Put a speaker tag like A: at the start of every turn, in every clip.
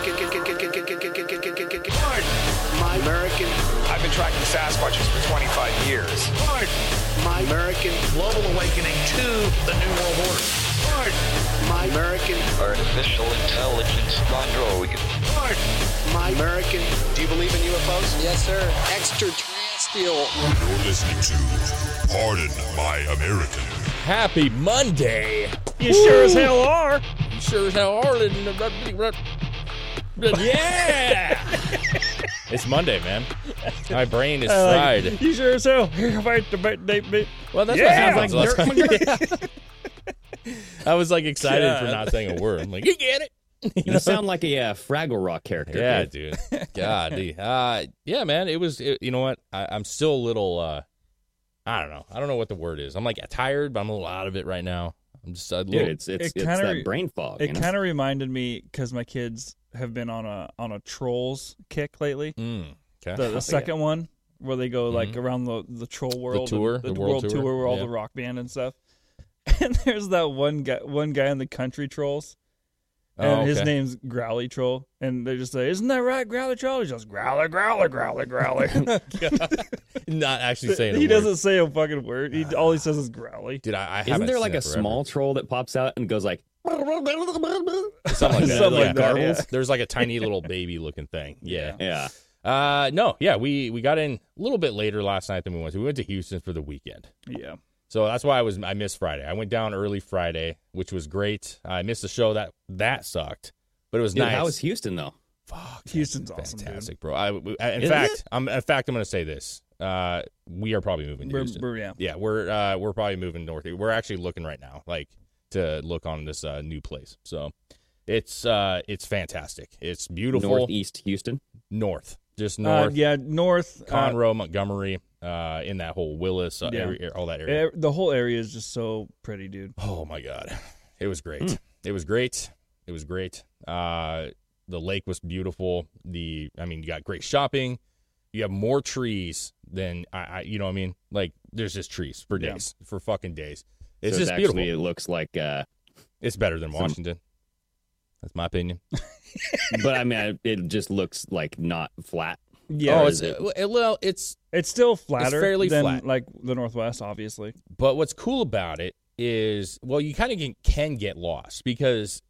A: American. Pardon my American.
B: I've been tracking Sasquatches for 25 years.
A: Pardon my American.
C: Global awakening to the New World Order.
A: Pardon my American.
D: Artificial intelligence on droid.
A: Pardon my American.
B: Do you believe in UFOs?
E: Yes, sir. Extraterrestrial.
F: You're listening to Pardon My American.
G: Happy Monday.
H: You sure as hell are.
G: You sure as hell are. Yeah. it's Monday, man. My brain is
H: like,
G: fried.
H: You sure as hell. Fight the bait, date me.
G: Well, that's
H: Yeah,
G: what happens.
H: like
G: last time. I was like excited for
H: God.
G: not saying a word. I'm like, you get it.
I: You sound like a uh, Fraggle Rock character.
G: Yeah,
I: dude.
G: dude. God, dude. Uh, yeah, man. It was. It, you know what? I, I'm still a little. Uh, I don't know. I don't know what the word is. I'm like tired, but I'm a little out of it right now. I'm just a little.
I: Dude, it's it's,
H: It
I: it's
H: kinda
I: that
H: re-
I: brain fog.
H: It
I: you know?
H: kind of reminded me because my kids have been on a on a trolls kick lately.
G: Mm, okay.
H: The, the second one where they go like around the, the troll world, and
G: tour, the
H: the, world,
G: world
H: tour,
G: tour,
H: where all
G: yeah.
H: the rock band and stuff. And there's that one guy, one guy in the country trolls,
G: Oh,
H: and his
G: okay.
H: name's Growly Troll, and they just say, "Isn't that right, Growly Troll?" He just growly, growly, growly, growly.
G: Not actually saying.
H: he
G: a word.
H: doesn't say a fucking word. He all he says is growly.
G: Dude, I, I
I: Isn't
G: haven't
I: there
G: seen
I: like
G: it
I: a
G: forever.
I: small troll that pops out and goes like?
G: something like that?
H: Something
G: yeah.
H: like that,
G: Garbles? There's like a tiny little baby looking thing. Yeah.
I: Yeah.
G: Uh, no, yeah, we we got in a little bit later last night than we wanted. to. We went to Houston for the weekend,
H: Yeah,
G: so that's why I was I missed Friday. I went down early Friday, which was great. I missed the show that that sucked, but it was
I: Dude,
G: nice.
I: how is Houston though?
G: Fuck, man,
H: Houston's awesome, dude.
G: fantastic, bro. I, we- I- in
I: Is
G: fact,
I: it?
G: I'm in fact I'm gonna say this. Uh, we are probably moving to
H: We're-
G: Houston.
H: we're- yeah.
G: yeah, we're uh, we're probably moving north. We're actually looking right now, like to look on this uh, new place. So it's uh, it's fantastic. It's beautiful
I: Northeast Houston.
G: north, just
H: Uh,
G: north.
H: yeah, north. uh,
G: Conroe, Montgomery, uh, in that whole Willis, uh,
H: Yeah.
G: area, all that area.
H: e- the whole area is just so pretty, dude.
G: Oh my God, it was great. It was great. It was great. Uh, the lake was beautiful. The I mean, you got great shopping. You have more trees than I, I you know what I mean. Like there's just trees for
H: Yeah.
G: days, for fucking days. It's
I: so
G: just
I: it
G: beautiful.
I: actually it looks like. Uh,
G: it's better than Washington. That's my opinion.
I: but I mean, I- it just looks like not flat.
H: Yeah,
G: oh,
H: it's,
G: it's it- well, it's
H: still flatter,
G: fairly
H: than
G: flat.
H: like the northwest, obviously.
G: But what's cool about it is, well, you kind of can, can get lost because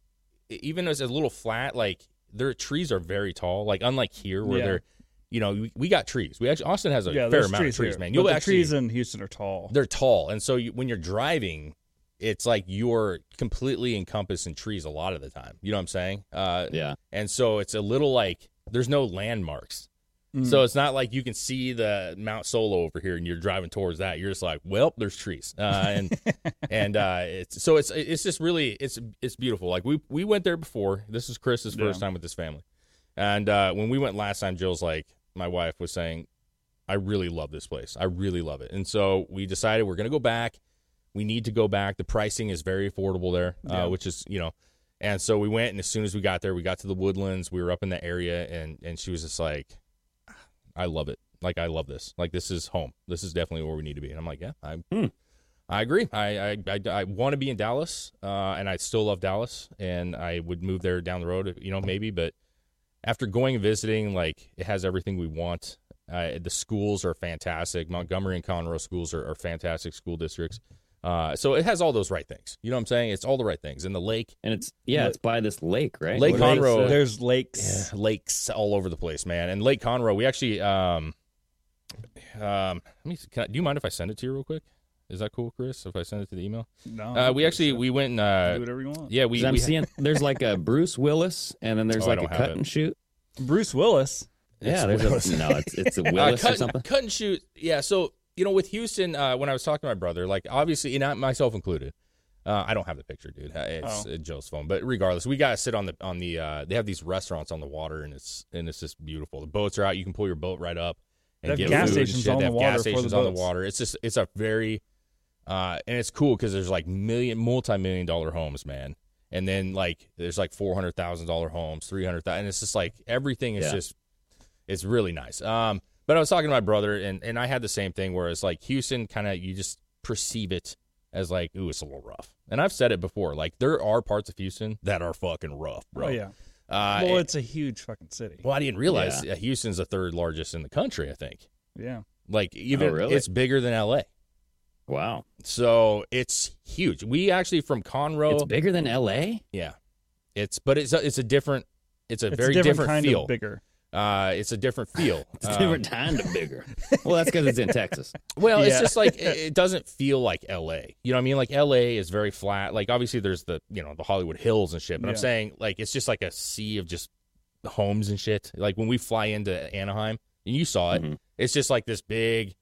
G: e, even as a little flat, like their trees are very tall. Like unlike here, where
H: Yeah.
G: they're, you know, we, we got trees. We actually Austin has a
H: yeah,
G: fair
H: there's
G: amount
H: trees
G: of trees,
H: here,
G: man.
H: but
G: You'll
H: the
G: actually
H: trees in Houston are tall.
G: they're tall, and so you, when you're driving, it's like you're completely encompassed in trees a lot of the time. You know what I'm saying? Uh,
I: Yeah.
G: and so it's a little like there's no landmarks.
H: Mm.
G: So it's not like you can see the Mount Solo over here, and you're driving towards that. You're just like, well, there's trees, uh, and and uh, it's so it's it's just really it's it's beautiful. Like we we went there before. This is Chris's first time with this family, and uh, when we went last time, Jill's like, my wife was saying, I really love this place. I really love it, and so we decided we're gonna go back. We need to go back. The pricing is very affordable there, uh, which is you know and so we went, and as soon as we got there, we got to the woodlands. We were up in the area, and and she was just like, "I love it. Like I love this. Like this is home. This is definitely where we need to be." And I'm like, "Yeah, I, I agree. I I, I, want to be in Dallas, uh, and I still love Dallas, and I would move there down the road, you know, maybe. But after going and visiting, like it has everything we want. Uh, the schools are fantastic. Montgomery and Conroe schools are, are fantastic school districts. Uh, so it has all those right things. You know what I'm saying? It's all the right things. And the lake
I: And it's yeah, it's by this lake, right?
G: Lake
I: What is it?
G: Conroe.
H: There's lakes.
G: lakes all over the place, man. And Lake Conroe, we actually um um let me can I, do you mind if I send it to you real quick? Is that cool, Chris? If I send it to the email?
H: No,
G: Uh, we actually we went and
H: Oh, do
G: uh
H: whatever you want.
G: yeah,
I: 'Cause
G: we,
I: I'm
G: we
I: seeing there's like a Bruce Willis, and then there's
G: Oh, I
I: like a
G: don't have
I: cut
G: it.
I: and shoot.
H: Bruce Willis.
I: Yeah, there's a no, it's it's a
G: uh,
I: Willis
G: cut,
I: or something.
G: cut and shoot. Yeah, so you know with Houston uh when I was talking to my brother, like obviously not myself included. Uh, I don't have the picture, dude. Uh,
H: Oh.
G: It's uh, Joe's phone, but regardless, we gotta sit on the on the. Uh, they have these restaurants on the water, and it's and it's just beautiful. The boats are out; you can pull your boat right up and
H: They
G: get
H: have gas
G: food and
H: stations
G: shit.
H: on
G: They
H: the
G: have
H: water
G: gas
H: for the
G: stations on the
H: boats.
G: water. It's just it's a very uh, and it's cool because there's like million multi million dollar homes, man. And then like there's like four hundred thousand dollar homes, three hundred thousand. And it's just like everything is
I: Yeah.
G: just it's really nice. Um, but I was talking to my brother, and and I had the same thing where it's like Houston, kind of you just perceive it as like, ooh, it's a little rough. And I've said it before, like there are parts of Houston that are fucking rough, bro.
H: Oh yeah,
G: Uh,
H: well,
G: and-
H: it's a huge fucking city.
G: well, I didn't realize uh Houston's the third largest in the country. I think
H: Yeah.
G: like even
I: really?
G: it's bigger than L.A.
I: Wow.
G: So it's huge. We actually from Conroe.
I: It's bigger than LA?
G: Yeah, it's but it's a, it's a different. It's a
H: It's
G: very
H: a different,
G: different,
H: kind
G: feel.
H: of bigger.
G: Uh, it's a different feel.
I: It's a
G: Um,
I: different kind of bigger. Well, that's because it's in Texas.
G: Well, it's
H: Yeah.
G: just like it, it doesn't feel like L.A. You know what I mean? Like L.A. is very flat. Like obviously there's the you know the Hollywood Hills and shit, but I'm
H: Yeah.
G: saying like it's just like a sea of just homes and shit. Like when we fly into Anaheim, and you saw it,
H: Mm-hmm.
I: Mhm.
G: it's just like this big,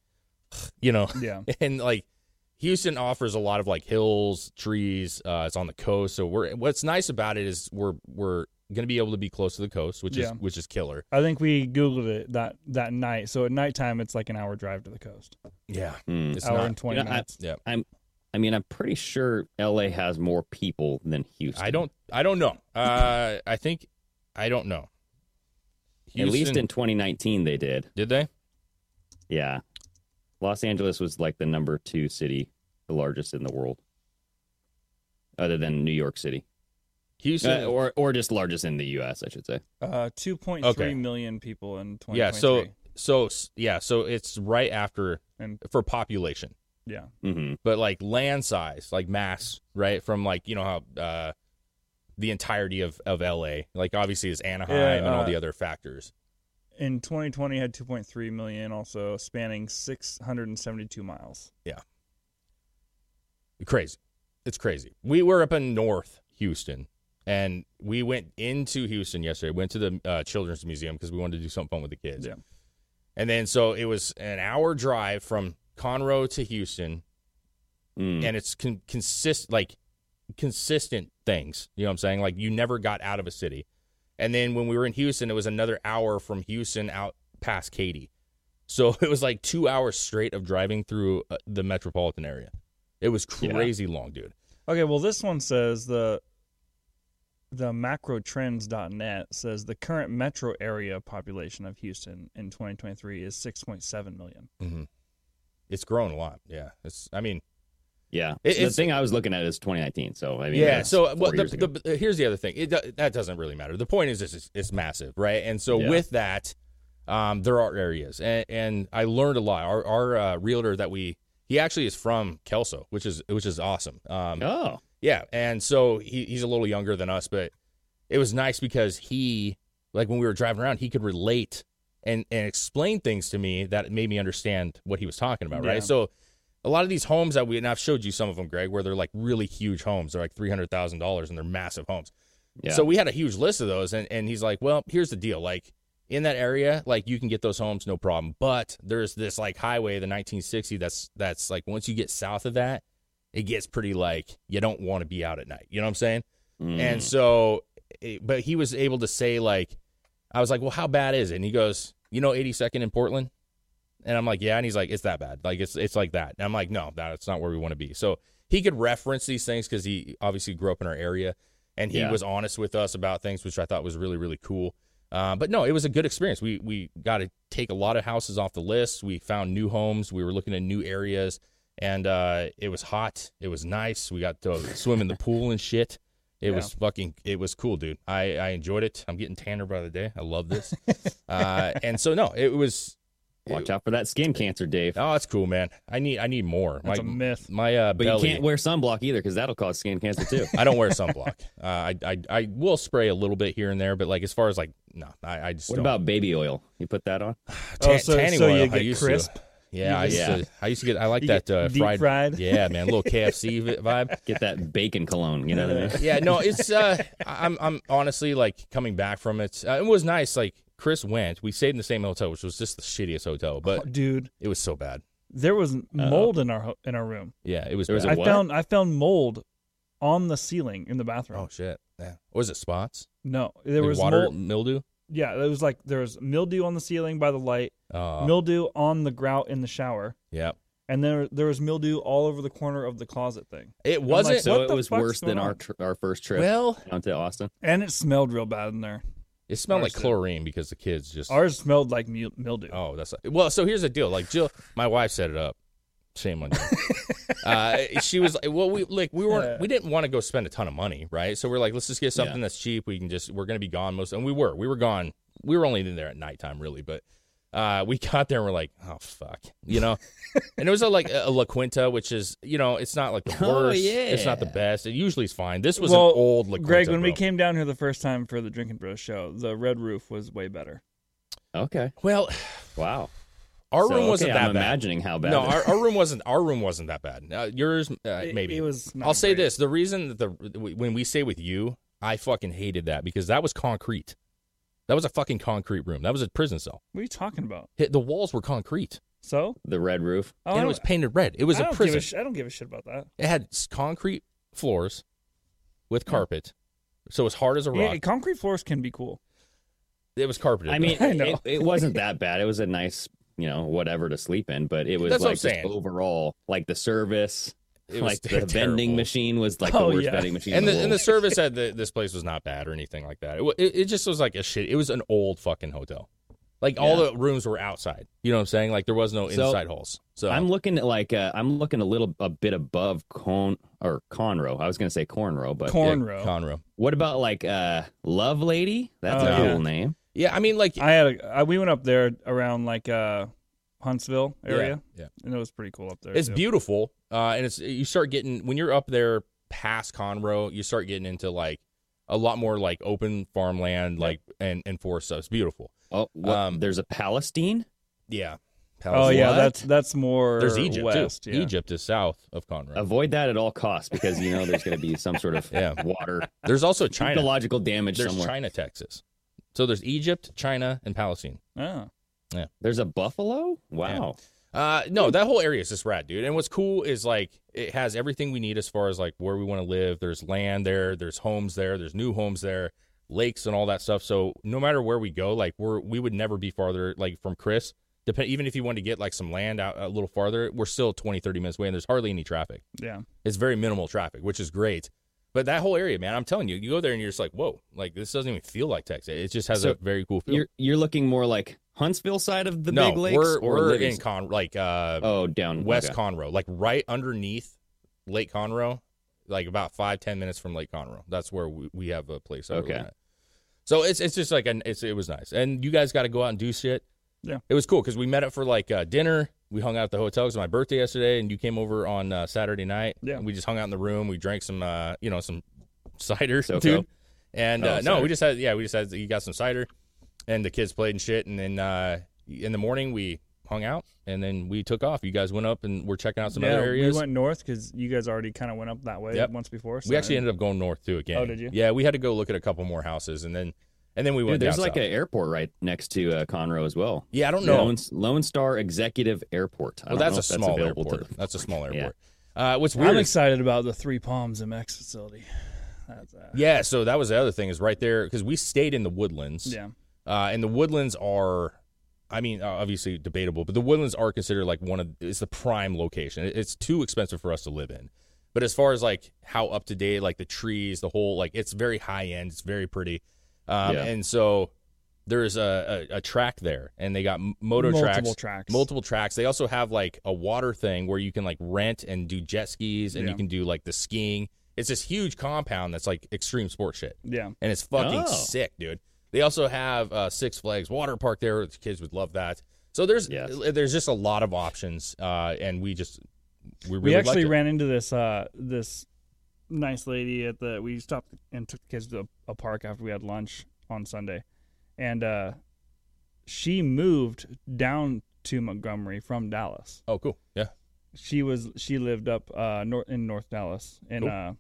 G: you know,
H: Yeah.
G: and like Houston offers a lot of like hills, trees. Uh, it's on the coast, so we're what's nice about it is we're we're gonna be able to be close to the coast, which
H: Yeah.
G: is which is killer.
H: I think we Googled it that, that night. So at nighttime, it's like an hour drive to the coast.
G: Yeah,
I: Hmm.
G: it's
H: hour
G: not.
H: and 20
I: You know, I-
H: minutes.
G: yeah,
I: I mean, I'm pretty sure LA has more people than Houston.
G: I don't. I don't know. Uh, I think I don't know.
I: At least
G: Houston-
I: in 2019, they did.
G: did they?
I: Yeah. Los Angeles was like the number two city, the largest in the world, other than New York City,
G: Houston
I: Uh, or or just largest in the U.S. I should say.
H: Uh, two point
G: Okay.
H: three million people in 2023.
G: Yeah. So so s- yeah. So it's right after
H: And-
G: for population,
H: yeah.
I: hmm
G: but like land size, like mass, right? From like you know how uh, the entirety of of LA, like obviously is Anaheim
H: Yeah,
G: and all
H: uh,
G: the other factors.
H: In 2020, had 2.3 million, also spanning 672 miles.
G: Crazy. It's crazy. We were up in North Houston. And we went into Houston yesterday. Went to the uh, Children's Museum because we wanted to do something fun with the kids.
H: Yeah.
G: And then so it was an hour drive from Conroe to Houston,
I: mm-hmm. Mm.
G: and it's con- consist like consistent things. You know what I'm saying? Like you never got out of a city. And then when we were in Houston, it was another hour from Houston out past Katy. So it was like two hours straight of driving through uh, the metropolitan area. It was
I: Yeah.
G: crazy long, dude.
H: Okay, well, this one says the the macrotrends.net says the current metro area population of Houston in 2023 is 6.7 million.
G: It's grown a lot. Yeah. It's. I mean,
I: Yeah.
G: It-
I: the
G: it's-
I: thing I was looking at is 2019. So I mean,
G: yeah.
I: that's
G: So
I: four
G: well, the,
I: years ago.
G: the, here's the other thing. It, do- that doesn't really matter. The point is, it's, it's, it's massive, right? And so
I: Yeah.
G: with that, um, there are areas, and, and I learned a lot. Our, our uh, realtor that we he actually is from Kelso, which is which is awesome. Um,
I: oh,
G: Yeah, and so he, he's a little younger than us, but it was nice because he, like when we were driving around, he could relate and and explain things to me that made me understand what he was talking about.
H: Yeah.
G: Right. So a lot of these homes that we and I've showed you some of them, Greg, where they're like really huge homes. They're like three hundred thousand dollars and they're massive homes.
I: yeah.
G: So we had a huge list of those, and and he's like, well, here's the deal, like. In that area, like you can get those homes, no problem. But there's this like highway, the 1960, that's that's like once you get south of that, it gets pretty like you don't want to be out at night. You know what I'm saying?
I: Mm.
G: And so, it- but he was able to say like, I was like, well, how bad is it? And he goes, you know, 82nd in Portland. And I'm like, yeah. And he's like, it's that bad. Like it's it's like that. And I'm like, no, that's not where we want to be. So he could reference these things because he obviously grew up in our area, and he
I: Yeah.
G: was honest with us about things, which I thought was really really cool. Uh, but no, it was a good experience. We we got to take a lot of houses off the list. We found new homes. We were looking at new areas, and uh, it was hot. It was nice. We got to swim in the pool and shit. It
H: Yeah.
G: was fucking. It was cool, dude. I I enjoyed it. I'm getting tanner by the day. I love this. uh, and so no, it was.
I: watch out for that skin cancer, Dave.
G: Oh, that's cool, man. I need I need more.
H: That's
G: my
H: a myth.
G: my uh,
I: But
G: belly.
I: you can't wear sunblock either because that'll cause skin cancer too.
G: I don't wear sunblock. uh, I, I I will spray a little bit here and there, but like as far as like no, I, I just
I: what
G: don't.
I: about baby oil? You put that on?
G: Tan-
H: Oh, so-
G: tanning
H: so
G: oil?
H: you
G: I
H: get
G: used
H: crisp?
G: To, yeah, I used
I: get-
G: to. I used to get. I like
H: You
G: that
H: get
G: uh,
H: deep
G: fried,
H: fried?
G: Yeah, man, little KFC vi- vibe.
I: Get that bacon cologne. You know what I mean?
G: yeah, no, it's uh, I- I'm I'm honestly like coming back from it. Uh, it was nice. Like Chris went, we stayed in the same hotel, which was just the shittiest hotel, but
H: Dude,
G: it was so bad.
H: there was mold in our ho- in our room.
G: Yeah, it was.
I: There was
G: bad.
H: I
I: what?
H: found I found mold on the ceiling in the bathroom.
G: oh shit. Yeah. Was it spots?
H: No, there
G: Like
H: was
G: water
H: mold.
G: mildew.
H: Yeah, there was like there was mildew on the ceiling by the light,
G: Uh,
H: mildew on the grout in the shower,
G: yeah.
H: and there there was mildew all over the corner of the closet thing.
G: It
H: like,
G: wasn't.
I: So
H: What
I: it
H: the
I: was
H: fuck's
I: worse than
H: going
I: our
H: on?
I: tr- our first trip
G: well,
I: down to Austin.
H: And it smelled real bad in there.
G: it smelled like
H: Ours did.
G: chlorine because the kids just.
H: Ours smelled like mu- mildew.
G: Oh, that's well. So here's the deal. Like Jill, my wife set it up. Shame on you. uh, she was like, well, we like we weren't we didn't want to go spend a ton of money, right? So we're like, let's just get something that's cheap. We can just we're gonna be gone most, and we were we were gone. We were only in there at nighttime, really, but. Uh, we got there and we're like, oh fuck, you know, and it was a, like a La Quinta, which is you know, it's not like the worst,
I: Oh,
G: it's not the
I: yeah.
G: best. It usually is fine. This was
H: Well,
G: an old La Quinta.
H: Greg, when we
G: bro.
H: came down here the first time for the Drinking Bros show, the Red Roof was way better.
I: Okay.
G: well,
I: Wow.
G: our
I: So,
G: room wasn't
I: okay,
G: that
I: I'm
G: bad.
I: imagining how bad.
G: No,
I: it-
G: our, our room wasn't our room wasn't that bad. Uh, yours uh,
H: It-
G: maybe.
H: it was not
G: I'll say
H: great.
G: this: the reason that the when we say with you, I fucking hated that because that was concrete. That was a fucking concrete room. That was a prison cell.
H: What are you talking about?
G: Hit- The walls were concrete,
H: So,
I: the red roof.
H: oh,
G: and it
H: I don't-
G: was painted red. It was
H: I
G: a
H: don't
G: prison.
H: Give a sh- I don't give a shit about that.
G: it had s- concrete floors with carpet, so as hard as a
H: Yeah,
G: rock.
H: concrete floors can be cool.
G: it was carpeted.
I: I mean,
H: I know.
I: It, it wasn't that bad. It was a nice, you know, whatever to sleep in, but it was
G: That's what I'm
I: like just
G: saying.
I: overall, like the service,
G: It was
I: like the
G: terrible.
I: vending machine was like
H: Oh,
I: the worst
H: yeah.
I: vending machine.
G: and
I: in
G: the,
I: the,
G: and the
I: world.
G: service at the, this place was not bad or anything like that. It, wa- it, it just was like a shit. It was an old fucking hotel. Like all the rooms were outside. You know what I'm saying? Like there was no
I: So,
G: inside halls. So
I: I'm looking at like uh, I'm looking a little a bit above con or Conroe. I was gonna say Cornrow, but
G: yeah,
H: Cornrow.
G: Conroe.
I: what about like uh Love Lady? That's
H: Oh,
I: a
H: yeah.
I: cool name.
G: Yeah, I mean, like
H: I had a, I, we went up there around like uh Huntsville
G: yeah,
H: area,
G: Yeah,
H: and it was pretty cool up there.
G: it's
H: too.
G: beautiful. Uh, and it's you start getting when you're up there past Conroe, you start getting into like a lot more like open farmland, like and and forest stuff. It's beautiful.
I: Oh, what,
G: Um,
I: there's a Palestine.
G: Yeah.
H: Oh yeah,
I: What?
H: that's that's more.
G: There's Egypt
H: west,
G: too.
H: Yeah.
G: Egypt is south of Conroe.
I: Avoid that at all costs because you know there's gonna be some sort of
G: Yeah.
I: water
G: There's also China.
I: ecological damage
G: There's
I: somewhere.
G: China, Texas. So there's Egypt, China, and Palestine.
H: Oh.
I: There's a buffalo. Wow.
G: Uh,
I: Hmm.
G: no, that whole area is just rad, dude. And what's cool is like it has everything we need as far as like where we want to live. There's land there. There's homes there. There's new homes there. Lakes and all that stuff. So no matter where we go, like we're we would never be farther like from Chris. Depend even if you wanted to get like some land out a little farther, we're still 20, 30 minutes away, and there's hardly any traffic.
H: Yeah.
G: It's very minimal traffic, which is great. But that whole area, man, I'm telling you, you go there and you're just like, whoa, like this doesn't even feel like Texas. It just has
I: So
G: a very cool feel.
I: You're you're looking more like Huntsville side of the
G: no,
I: Big Lakes
G: we're
I: or
G: we're in
I: Livingston?
G: Con like uh
I: oh down
G: West
I: okay.
G: Conroe, like right underneath Lake Conroe, like about five ten minutes from Lake Conroe. That's where we, we have a place. over
I: Okay.
G: there. So it's it's just like an, it's it was nice, and you guys got to go out and do shit.
H: Yeah.
G: it was cool because we met up for like uh, dinner. We hung out at the hotel. It was my birthday yesterday, and you came over on uh, Saturday night.
H: Yeah.
G: we just hung out in the room. We drank some, uh, you know, some cider,
I: SoCo?
G: dude. And
I: Oh,
G: uh, no,
I: cider.
G: we just had yeah, we just had you got some cider, and the kids played and shit. And then uh, in the morning we hung out, and then we took off. You guys went up and we're checking out some
H: yeah,
G: other areas.
H: we went north because you guys already kind of went up that way
G: Yep.
H: once before. So
G: We actually ended up going north too again.
H: Oh, did you?
G: Yeah, we had to go look at a couple more houses, and then and then we
I: Dude,
G: went.
I: there's
G: down
I: like
G: south.
I: an airport right next to uh, Conroe as well.
G: yeah, I don't know.
I: Lone, Lone Star Executive Airport. I
G: well,
I: don't
G: that's
I: know
G: a
I: if
G: small
I: available to
G: airport.
I: the-
G: That's a small
I: Yeah.
G: airport. Uh, what's
H: I'm
G: weird? is-
H: excited about the Three Palms MX facility. That's, uh,
G: yeah, so that was the other thing is right there because we stayed in the woodlands.
H: yeah.
G: Uh, and the woodlands are, I mean, uh, obviously debatable, but the woodlands are considered like one of it's the prime location. It- It's too expensive for us to live in. But as far as like how up to date, like the trees, the whole like it's very high end. It's very pretty. Um,
I: Yeah.
G: And so there's a, a, a track there, and they got m- moto
H: Multiple
G: tracks,
H: tracks.
G: multiple tracks. They also have like a water thing where you can like rent and do jet skis, and
H: Yeah.
G: you can do like the skiing. It's this huge compound that's like extreme sport shit
H: Yeah.
G: and it's fucking
I: Oh.
G: sick, dude. They also have uh, Six Flags water park there. The kids would love that. So there's uh,
I: Yes.
G: there's just a lot of options, uh, and we just we really
H: we actually
G: liked it.
H: ran into this uh this nice lady at the we stopped and took the kids to a, a park after we had lunch on Sunday, and uh, she moved down to Montgomery from Dallas.
G: Oh, cool. Yeah,
H: She was she lived up uh north in North Dallas in
G: Cool.
H: uh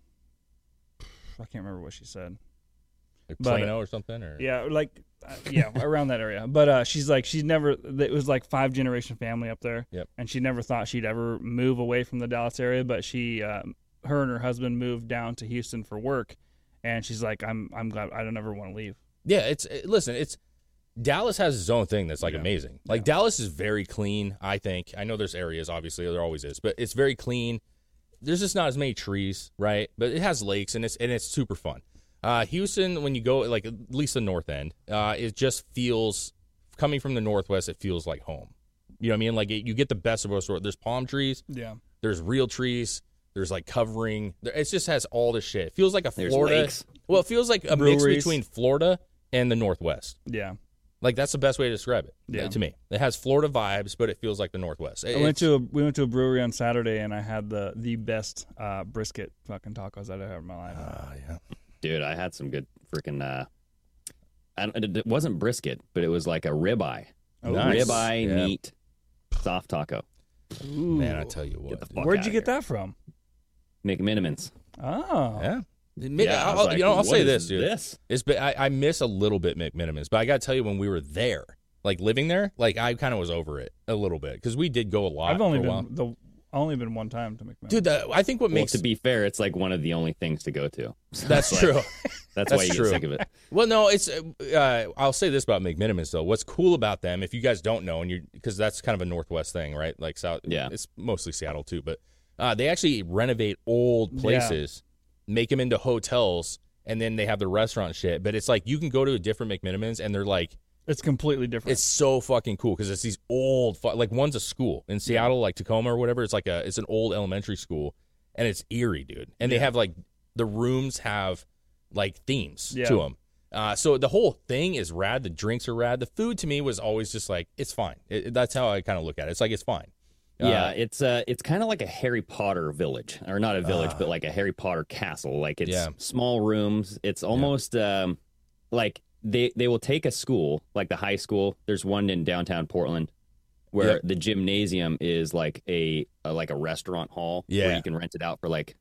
H: I can't remember what she said.
G: like
H: But-
G: Plano or something, or
H: Yeah, like uh, yeah, around that area. But uh, she's like she's never it was like five generation family up there.
G: Yep.
H: And she never thought she'd ever move away from the Dallas area, but she uh, her and her husband moved down to Houston for work and she's like I'm I'm glad I don't ever want to leave.
G: Yeah, It's it- listen, it's Dallas has its own thing that's like amazing. Like Dallas is very clean. I think I know there's areas, obviously there always is, but it's very clean. There's just not as many trees, right? But it has lakes and it's and it's super fun. Uh, Houston, when you go like at least the north end, uh, it just feels coming from the northwest, it feels like home. You know what I mean? Like it, you get the best of both worlds. There's palm trees,
H: Yeah.
G: there's real trees, there's like covering. There, it just has all this shit. It feels like a
I: There's
G: Florida.
I: lakes.
G: Well, it feels like a mix
H: Breweries.
G: between Florida and the Northwest.
H: Yeah.
G: Like that's the best way to describe it
H: Yeah.
G: to me. It has Florida vibes, but it feels like the Northwest. It-
H: I went
G: it's-
H: to a, we went to a brewery on Saturday and I had the the best uh, brisket fucking tacos I've ever had in my life.
G: Ah,
I: Ah, Dude, I had some good freaking. Uh, I don't, it- it wasn't brisket, but it was like a ribeye,
H: Oh,
G: Nice.
I: ribeye
G: Yeah.
I: meat, soft taco,
G: man. I tell you what,
I: the
G: dude.
I: fuck
H: Where'd
I: outta
H: you get
I: here.
H: that from?
I: McMinimins.
H: Oh,
G: yeah.
I: Yeah, I
G: I'll,
I: was like,
G: you know, I'll
I: what
G: say
I: is
G: this, dude.
I: This
G: It's been, I, I miss a little bit McMinimins, but I gotta tell you, when we were there, like living there, like I kind of was over it a little bit because we did go a lot.
H: I've only
G: for a while.
H: been the only been one time to McMahon.
G: dude. The, I think what
I: well,
G: makes
I: to be fair, it's like one of the only things to go to. So
G: that's
I: it's
G: true.
I: like-
G: That's
I: That's, why you
G: true.
I: get sick of it.
G: well, no, it's. Uh, I'll say this about McMinimins though. What's cool about them, if you guys don't know, and you because that's kind of a Northwest thing, right? Like South.
I: Yeah.
G: it's mostly Seattle too, but uh, they actually renovate old
H: Yeah.
G: places, make them into hotels, and then they have the restaurant shit. But it's like you can go to a different McMinimins, and they're like.
H: it's completely different.
G: It's so fucking cool because it's these old, fu- like one's a school in Seattle, like Tacoma or whatever. It's like a, it's an old elementary school, and it's eerie, dude. And they have like the rooms have like themes
H: Yeah.
G: to them. Uh, so the whole thing is rad. The drinks are rad. The food to me was always just like it's fine. It, it- that's how I kind of look at it. It's like it's fine. Uh,
I: yeah, it's uh, it's kind of like a Harry Potter village, or not a village, but like a Harry Potter castle. Like it's
G: Ah. Yeah.
I: small rooms. It's almost um, like they they will take a school, like the high school. There's one in downtown Portland where
G: Yep.
I: the gymnasium is like a, a like a restaurant hall
G: Yeah.
I: where you can rent it out for like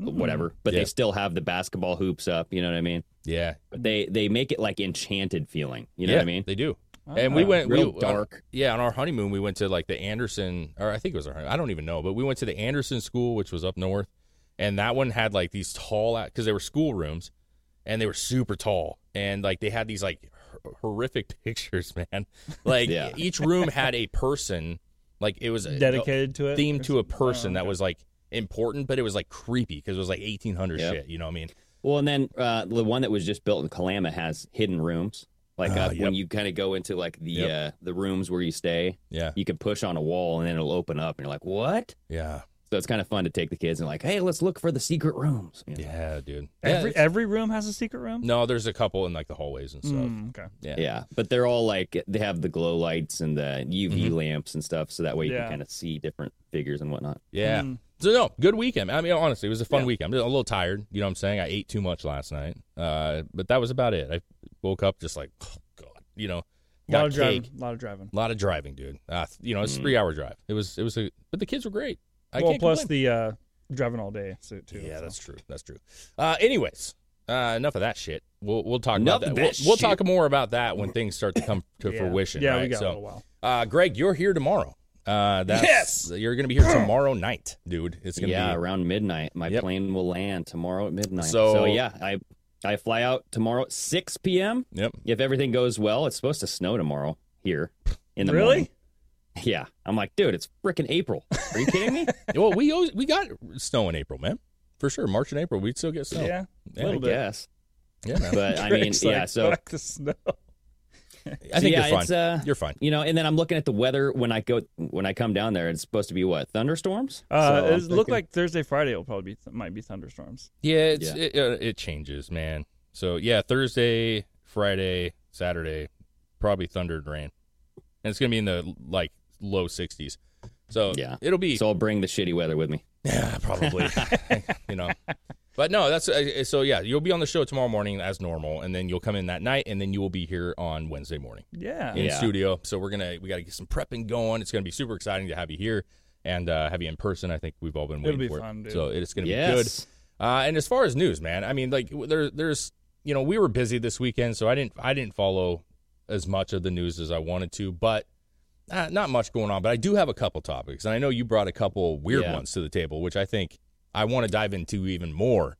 H: Mm-hmm.
I: whatever. But
G: Mm-hmm. Yeah.
I: they still have the basketball hoops up. You know what I mean?
G: yeah,
I: But they they make it like enchanted feeling. You know
G: yeah,
I: what I mean?
G: They do.
H: Oh.
G: and we
I: Uh,
G: went
I: real
G: we,
I: dark.
G: yeah, on our honeymoon, we went to like the Anderson, or I think it was our. honey- I don't even know, but we went to the Anderson School, which was up north, and that one had like these tall, because they were schoolrooms, and they were super tall, and like they had these like hor- horrific pictures, man. Like e-,
I: Yeah.
G: each room had a person, like it was a-
H: dedicated to it.
G: themed to a person
H: Oh,
G: that
H: okay.
G: was like important, but it was like creepy because it was like 1800
I: Yep.
G: shit. You know what I mean?
I: Well, and then uh, the one that was just built in Kalama has hidden rooms. Like uh,
G: Ah, yep.
I: when you kind of go into like the
G: Yep.
I: uh, the rooms where you stay,
G: Yeah,
I: you can push on a wall and then it'll open up, and you're like, "What?"
G: yeah,
I: So it's kind of fun to take the kids and like, "Hey, let's look for the secret rooms." you know?
G: yeah, dude. Yeah,
H: Every
G: it's-
H: every room has a secret room.
G: no, there's a couple in like the hallways and stuff.
H: Mm, okay.
G: Yeah.
I: yeah. But they're all like they have the glow lights and the UV
G: Mm-hmm.
I: lamps and stuff, so that way you
H: Yeah.
I: can kind of see different figures and whatnot.
G: Yeah.
H: Mm.
G: So no, good weekend. I mean, honestly, it was a fun weekend. I'm a little tired. You know what I'm saying? I ate too much last night, uh, but that was about it. I woke up just like, oh, God, you know,
H: A lot
G: got
H: of
G: cake,
H: driving. A lot of driving.
G: a lot of driving, dude. Uh, you know, it's a three hour drive. It was, it was, a, but the kids were great. I
H: well,
G: can't
H: plus
G: complain.
H: the uh, driving all day suit too.
G: yeah,
H: so.
G: that's true. That's true. Uh, anyways, uh, enough of that shit. We'll we'll talk
I: Enough
G: about
I: of
G: that.
I: that
G: we'll, we'll
I: shit.
G: talk more about that when things start to come to
H: Yeah.
G: fruition.
H: Yeah,
G: right?
H: we got
G: so,
H: a little while.
G: Uh, Greg, you're here tomorrow. Uh, that's, yes, you're gonna be here tomorrow night, dude. It's gonna
I: yeah,
G: be
I: around midnight. My
G: Yep.
I: plane will land tomorrow at midnight.
G: So-
I: yeah, I I fly out tomorrow at six p.m.
G: Yep.
I: If everything goes well, it's supposed to snow tomorrow here in the
H: Really?
I: morning. Yeah, I'm like, dude, it's freaking April. Are you kidding me?
G: well, we always, we got snow in April, man, for sure. March and April, we'd still get snow.
H: Yeah.
G: yeah,
I: I guess.
G: yeah, man.
I: But I mean,
H: Greg's
I: yeah.
H: like,
I: So,
H: fuck the snow.
G: I
I: so
G: think
I: yeah,
G: you're
I: it's
G: fine.
I: uh,
G: you're fine.
I: you know, and then I'm looking at the weather when I go when I come down there. It's supposed to be what thunderstorms.
H: Uh,
I: So
H: it
I: I'm
H: looked
I: thinking-
H: like Thursday, Friday will probably be might be thunderstorms.
G: Yeah, it's,
I: yeah.
G: It, uh, it changes, man. So yeah, Thursday, Friday, Saturday, probably thunder and rain, and it's gonna be in the like low 60s. So
I: Yeah.
G: it'll be
I: So I'll bring the shitty weather with me.
G: Yeah, probably. you know, but no, that's uh, so. Yeah, you'll be on the show tomorrow morning as normal, and then you'll come in that night, and then you will be here on Wednesday morning.
H: Yeah.
G: in
I: Yeah.
G: studio. So we're gonna we got to get some prepping going. It's gonna be super exciting to have you here and uh, have you in person. I think we've all been
H: It'll
G: waiting
H: be
G: for
H: fun,
G: it.
H: dude.
G: So it's gonna be good.
I: Yes.
G: Uh, and as far as news, man, I mean, like w- there there's you know we were busy this weekend, so I didn't I didn't follow as much of the news as I wanted to, but. Uh, not much going on, but I do have a couple topics, and I know you brought a couple weird
I: Yeah.
G: ones to the table, which I think I want to dive into even more.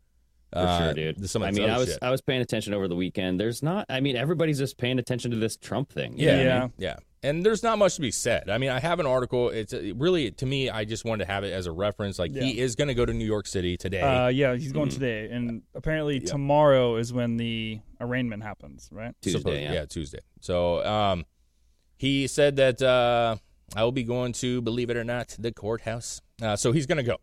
I: For
G: Uh,
I: sure, dude.
G: Some of
I: I
G: this
I: mean,
G: other
I: I was
G: shit.
I: I was paying attention over the weekend. There's not. I mean, everybody's just paying attention to this Trump thing. you know
G: Yeah,
I: what I mean?
G: yeah, yeah. And there's not much to be said. I mean, I have an article. It's it really to me. I just wanted to have it as a reference. Like he is going to go to New York City today.
H: Uh, yeah, he's
G: Mm-hmm.
H: going today, and apparently tomorrow is when the arraignment happens, right?
I: Tuesday.
G: Supposed-
I: yeah.
G: Tuesday. So um, he said that uh, I will be going to, believe it or not, the courthouse. Uh, so he's going to go.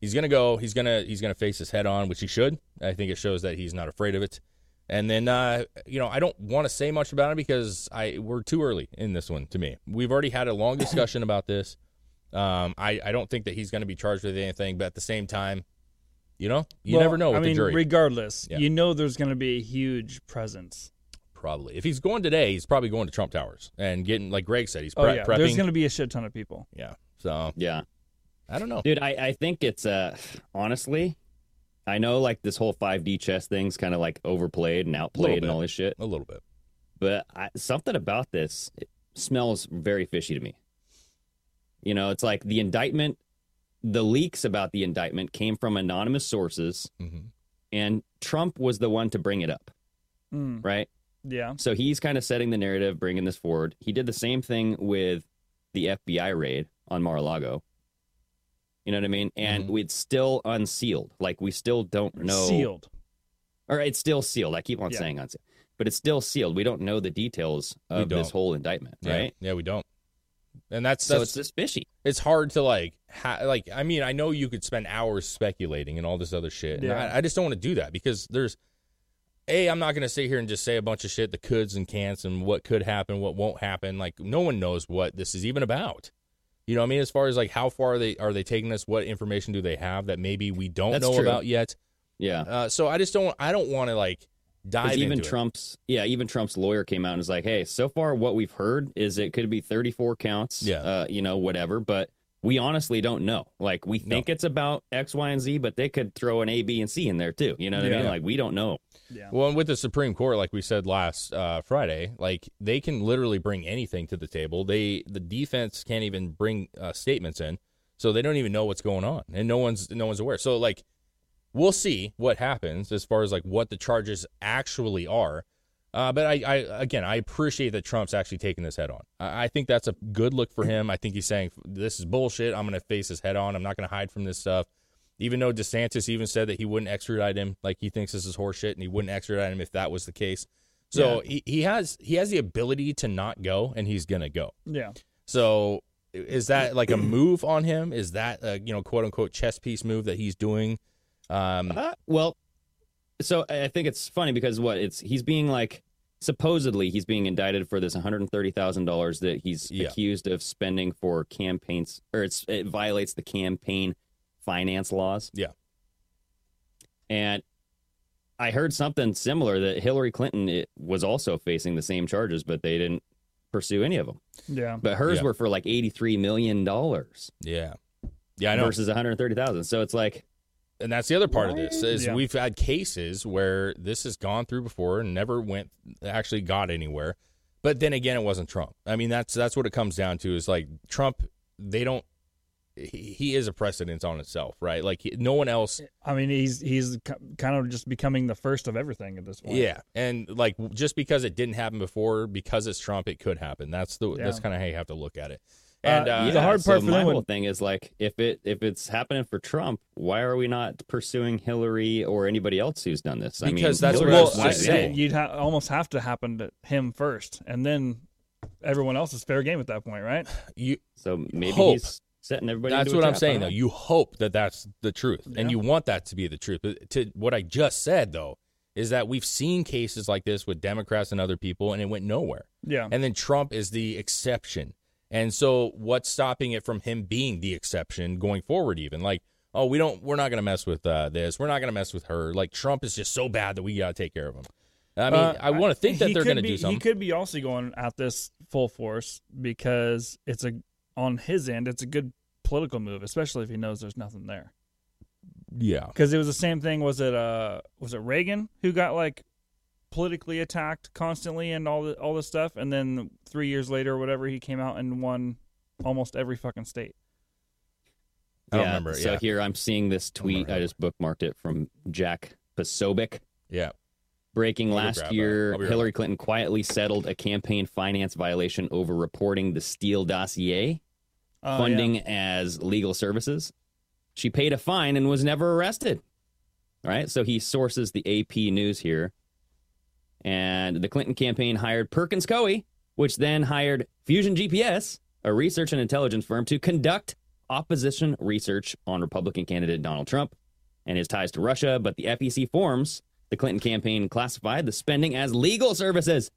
G: He's going to go. He's going to he's going to face his head on, which he should. I think it shows that he's not afraid of it. And then, uh, you know, I don't want to say much about it because I we're too early in this one. To me, we've already had a long discussion about this. Um, I I don't think that he's going to be charged with anything, but at the same time, you know, you
H: Well,
G: never know with
H: I mean,
G: the jury.
H: regardless,
G: Yeah.
H: you know there's going to be a huge presence.
G: probably, if he's going today, he's probably going to Trump Towers and getting, like Greg said, he's
H: Oh
G: pre-
H: yeah,
G: prepping.
H: there's going to be a shit ton of people.
G: yeah. So
I: Yeah.
G: I don't know.
I: Dude, I, I think it's uh honestly, I know like this whole 5D chess thing's kind of like overplayed and outplayed
G: bit.
I: and all this shit,
G: A little bit.
I: but I, something about this it smells very fishy to me. You know, it's like the indictment, the leaks about the indictment came from anonymous sources,
G: hmm
I: and Trump was the one to bring it up,
H: Mm,
I: right?
H: yeah,
I: So he's kind of setting the narrative, bringing this forward. He did the same thing with the FBI raid on Mar-a-Lago. You know what I mean? And
G: Mhm.
I: it's still unsealed. Like we still don't know.
H: sealed.
I: Or it's still sealed. I keep on
H: Yeah.
I: saying unsealed, but it's still sealed. We don't know the details
G: We
I: of this
G: don't.
I: whole indictment,
G: Yeah.
I: right?
G: Yeah, we don't. And that's
I: So
G: that's
I: it's just fishy.
G: it's hard to like ha- like I mean I know you could spend hours speculating and all this other shit. And
H: Yeah.
G: I, I just don't want to do that because there's a I'm not gonna sit here and just say a bunch of shit the coulds and can'ts and what could happen, what won't happen. Like no one knows what this is even about. You know what I mean? As far as like how far are they are they taking us? What information do they have that maybe we don't
I: That's
G: know
I: true.
G: about yet?
I: Yeah.
G: Uh, so I just don't I don't want to like dive
I: Because even
G: into it.
I: Trump's yeah, even Trump's lawyer came out and was like, "Hey, so far what we've heard is it could be 34 counts,
G: Yeah.
I: uh, you know, whatever, but we honestly don't know. Like we
G: No.
I: think it's about X, Y, and Z, but they could throw an A, B, and C in there too. You know what I
H: Yeah.
I: mean? Like we don't know.
H: Yeah,
G: Well, and with the Supreme Court, like we said last uh, Friday, like they can literally bring anything to the table. They the defense can't even bring uh, statements in, so they don't even know what's going on, and no one's no one's aware. So like, we'll see what happens as far as like what the charges actually are. Uh, but I, I again, I appreciate that Trump's actually taking this head on. I, I think that's a good look for him. I think he's saying this is bullshit. I'm going to face this head on. I'm not going to hide from this stuff. Even though DeSantis even said that he wouldn't extradite him, like he thinks this is horseshit, and he wouldn't extradite him if that was the case. So he, he has he has the ability to not go, and he's going to go.
H: yeah.
G: So is that like a move on him? Is that a, you know quote unquote chess piece move that he's doing? Um,
I: Uh, well, so I I think it's funny because what it's he's being like supposedly he's being indicted for this $130,000 that he's
G: Yeah.
I: accused of spending for campaigns or it's it violates the campaign finance laws.
G: Yeah.
I: And I heard something similar that Hillary Clinton it, was also facing the same charges but they didn't pursue any of them.
H: Yeah.
I: But hers
G: Yeah.
I: were for like 83 million dollars
G: yeah, yeah, I know.
I: versus 130,000. So it's like
G: and that's the other part of this is
H: Yeah.
G: we've had cases where this has gone through before and never went actually got anywhere but then again it wasn't trump i mean that's that's what it comes down to is like trump they don't he, he is a precedence on itself right like he, no one else
H: I mean, he's he's ki- kind of just becoming the first of everything at this point.
G: yeah and like just because it didn't happen before because it's trump it could happen that's the that's
H: Yeah.
G: kind of how you have to look at it
H: Uh,
G: and uh,
H: yeah.
G: yeah.
H: The hard
I: so
H: part for
I: my
H: them would-
I: whole thing is like if it if it's happening for Trump, why are we not pursuing Hillary or anybody else who's done this? I mean,
G: Because that's what
I: Hillary's
G: I was
H: Well, I,
G: just
I: like-
G: saying.
H: you'd ha- almost have to happen to him first, and then everyone else is fair game at that point, right?
G: you
I: So maybe
G: Hope.
I: he's setting everybody.
G: That's
I: into a
G: what I'm
I: trap.
G: saying,
I: I
G: though.
I: don't
G: You hope that that's the truth, and
H: Yeah.
G: you want that to be the truth. But to what I just said, though, is that we've seen cases like this with Democrats and other people, and it went nowhere.
H: Yeah.
G: And then Trump is the exception. And so, what's stopping it from him being the exception going forward? Even like, oh, we don't, we're not going to mess with uh, this. We're not going to mess with her. Like Trump is just so bad that we got to take care of him. I mean,
H: Uh,
G: I want to think that
H: he
G: they're
H: could
G: going to
H: be-
G: do
H: He
G: something.
H: could be also going at this full force because it's a on his end. It's a good political move, especially if he knows there's nothing there.
G: yeah,
H: Because it was the same thing. Was it uh was it Reagan who got like politically attacked constantly and all the, all this stuff, and then three years later or whatever, he came out and won almost every fucking state.
G: I don't
I: Yeah,
G: remember.
I: So
G: yeah,
I: here I'm seeing this tweet.
G: remember
I: I
G: how-
I: just bookmarked it from Jack Posobiec.
G: yeah.
I: Breaking
G: I'll go
I: last
G: grab that.
I: year,
G: I'll be right
I: Hillary Clinton quietly settled a campaign finance violation over reporting the Steele dossier
H: Uh, yeah.
I: funding as legal services. She paid a fine and was never arrested. All right. So he sources the AP news here. And the Clinton campaign hired Perkins Coie, which then hired Fusion GPS a research and intelligence firm, to conduct opposition research on Republican candidate Donald Trump and his ties to Russia. But the FEC forms the Clinton campaign classified the spending as legal services.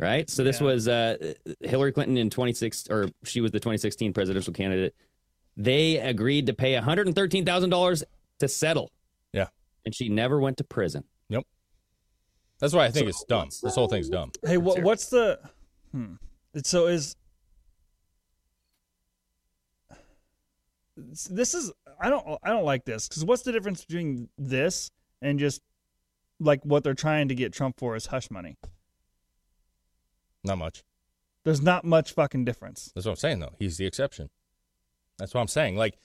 I: Right. So this
H: Yeah.
I: was uh, Hillary Clinton in 26, or she was the 2016 presidential candidate. They agreed to pay $113,000 to settle.
G: Yeah.
I: And she never went to prison.
G: That's why I think it's dumb. This whole thing's dumb.
H: Hey, what what's the? Hmm. It's- So is S- this is I don't I don't like this because what's the difference between this and just like what they're trying to get Trump for is hush money?
G: Not much.
H: There's not much fucking difference.
G: That's what I'm saying, though. He's the exception. That's what I'm saying. Like,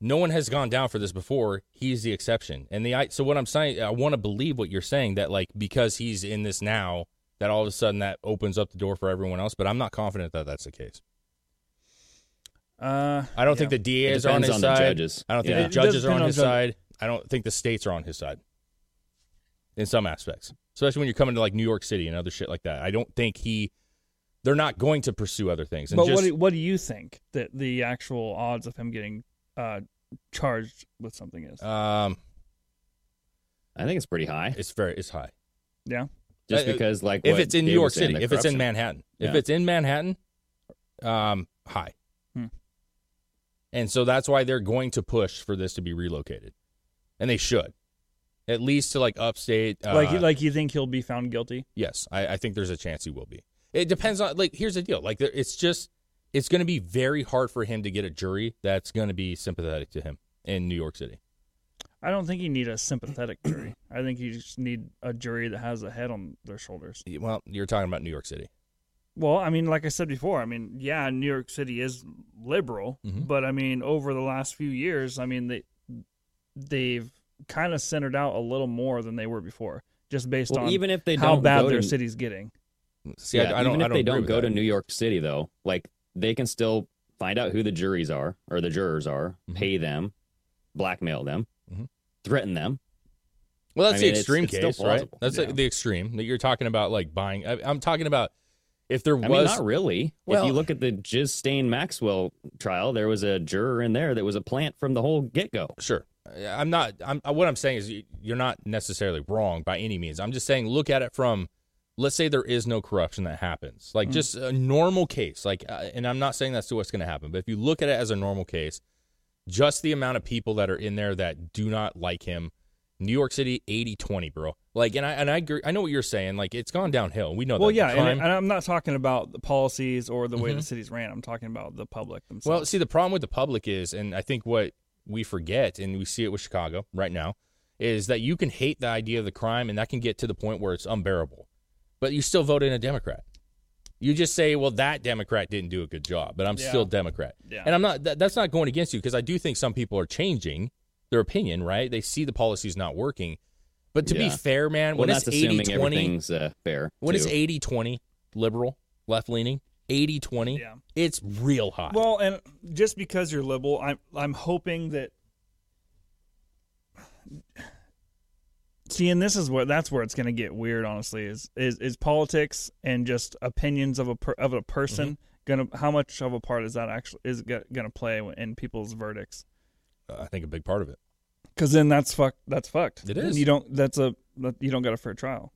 G: no one has gone down for this before. He's the exception. And the I, so what I'm saying, I want to believe what you're saying that like because he's in this now, that all of a sudden that opens up the door for everyone else. But I'm not confident that that's the case.
H: Uh,
G: I don't think the DAs
I: It
G: are on
I: depends
G: his
I: on the
G: side.
I: judges.
G: I don't think
I: Yeah.
G: the
H: It does
G: judges are on
H: depend on
G: his
H: judge-
G: side. I don't think the states are on his side in some aspects, especially when you're coming to like New York City and other shit like that. I don't think he, they're not going to pursue other things. And
H: but
G: just,
H: what do, what do you think that the actual odds of him getting uh charged with something
I: Uh,
H: is?
G: um,
I: I think it's pretty high
G: it's very, it's high.
H: yeah,
I: just
G: Uh,
I: because, like,
G: if
I: what
G: it's in New
I: Dave
G: York
I: was saying,
G: City,
I: the
G: if it's in
I: corruption.
G: Manhattan, if
I: Yeah.
G: it's in Manhattan, um, high.
H: Hmm.
G: And so that's why they're going to push for this to be relocated, and they should, at least to like upstate. Uh,
H: like like you think he'll be found guilty?
G: yes, I, I think there's a chance he will be. It depends on like here's the deal. Like there- it's just it's going to be very hard for him to get a jury that's going to be sympathetic to him in New York City.
H: I don't think you need a sympathetic jury. I think you just need a jury that has a head on their shoulders.
G: Well, you're talking about New York City.
H: Well, I mean, like I said before, I mean, yeah, New York City is liberal,
I: Mm-hmm.
H: but I mean, over the last few years, I mean, they they've kind of centered out a little more than they were before, just based
I: Well,
H: on
I: even if they
H: how
I: don't
H: bad
I: go
H: their
I: to-
H: city's getting.
G: See,
I: yeah,
G: I, I don't.
I: even
G: I
I: if
G: don't
I: they
G: agree
I: don't
G: with
I: go
G: that.
I: to New York City, though, like they can still find out who the juries are or the jurors are,
G: Mm-hmm.
I: pay them, blackmail them,
G: Mhm.
I: threaten them.
G: Well,
I: I
G: that's
I: mean,
G: the
I: it's-
G: extreme
I: it's still
G: case, right?
I: plausible.
G: That's
I: Yeah.
G: the, the extreme that you're talking about, like buying. I, I'm talking about if there
I: I mean,
G: was.
I: not really.
G: Well-
I: if you look at the Jizz Stain Maxwell trial, there was a juror in there that was a plant from the whole get go.
G: Sure, I- I'm not. I'm what I'm saying is you- you're not necessarily wrong by any means. I'm just saying look at it from. Let's say there is no corruption that happens, like just a normal case, like, uh, and I'm not saying that's what's going to happen, but if you look at it as a normal case, just the amount of people that are in there that do not like him. New York City, 80-20, bro. Like, and I and I agree, I know what you're saying. Like, it's gone downhill. We know.
H: Well,
G: that. The
H: yeah, and,
G: crime- Mm-hmm.
H: and I'm not talking about the policies or the way the cities ran. I'm talking about the public themselves.
G: Well, see, the problem with the public is, and I think what we forget, and we see it with Chicago right now, is that you can hate the idea of the crime, and that can get to the point where it's unbearable. But you still vote in a Democrat. You just say, "Well, that Democrat didn't do a good job," but I'm
H: Yeah.
G: still Democrat,
H: Yeah.
G: and I'm not. That, that's not going against you because I do think some people are changing their opinion. Right? They see the policies not working. But to be
I: Yeah.
G: fair, man,
I: Well,
G: when
I: that's
G: it's 80
I: assuming
G: 20,
I: everything's uh, fair.
G: when it's
I: too.
G: 80 20 liberal, left leaning, 80 20,
H: Yeah.
G: it's real high.
H: Well, and just because you're liberal, I'm I'm hoping that. See, and this is where that's where it's going to get weird. Honestly, is is is politics and just opinions of a per, of a
G: Mm-hmm.
H: person gonna how much of a part is that actually is go- gonna play in people's verdicts?
G: I think a big part of it.
H: Because then that's fuck that's fucked.
G: It
H: Then
G: is.
H: You don't. That's a that- you don't get a fair trial.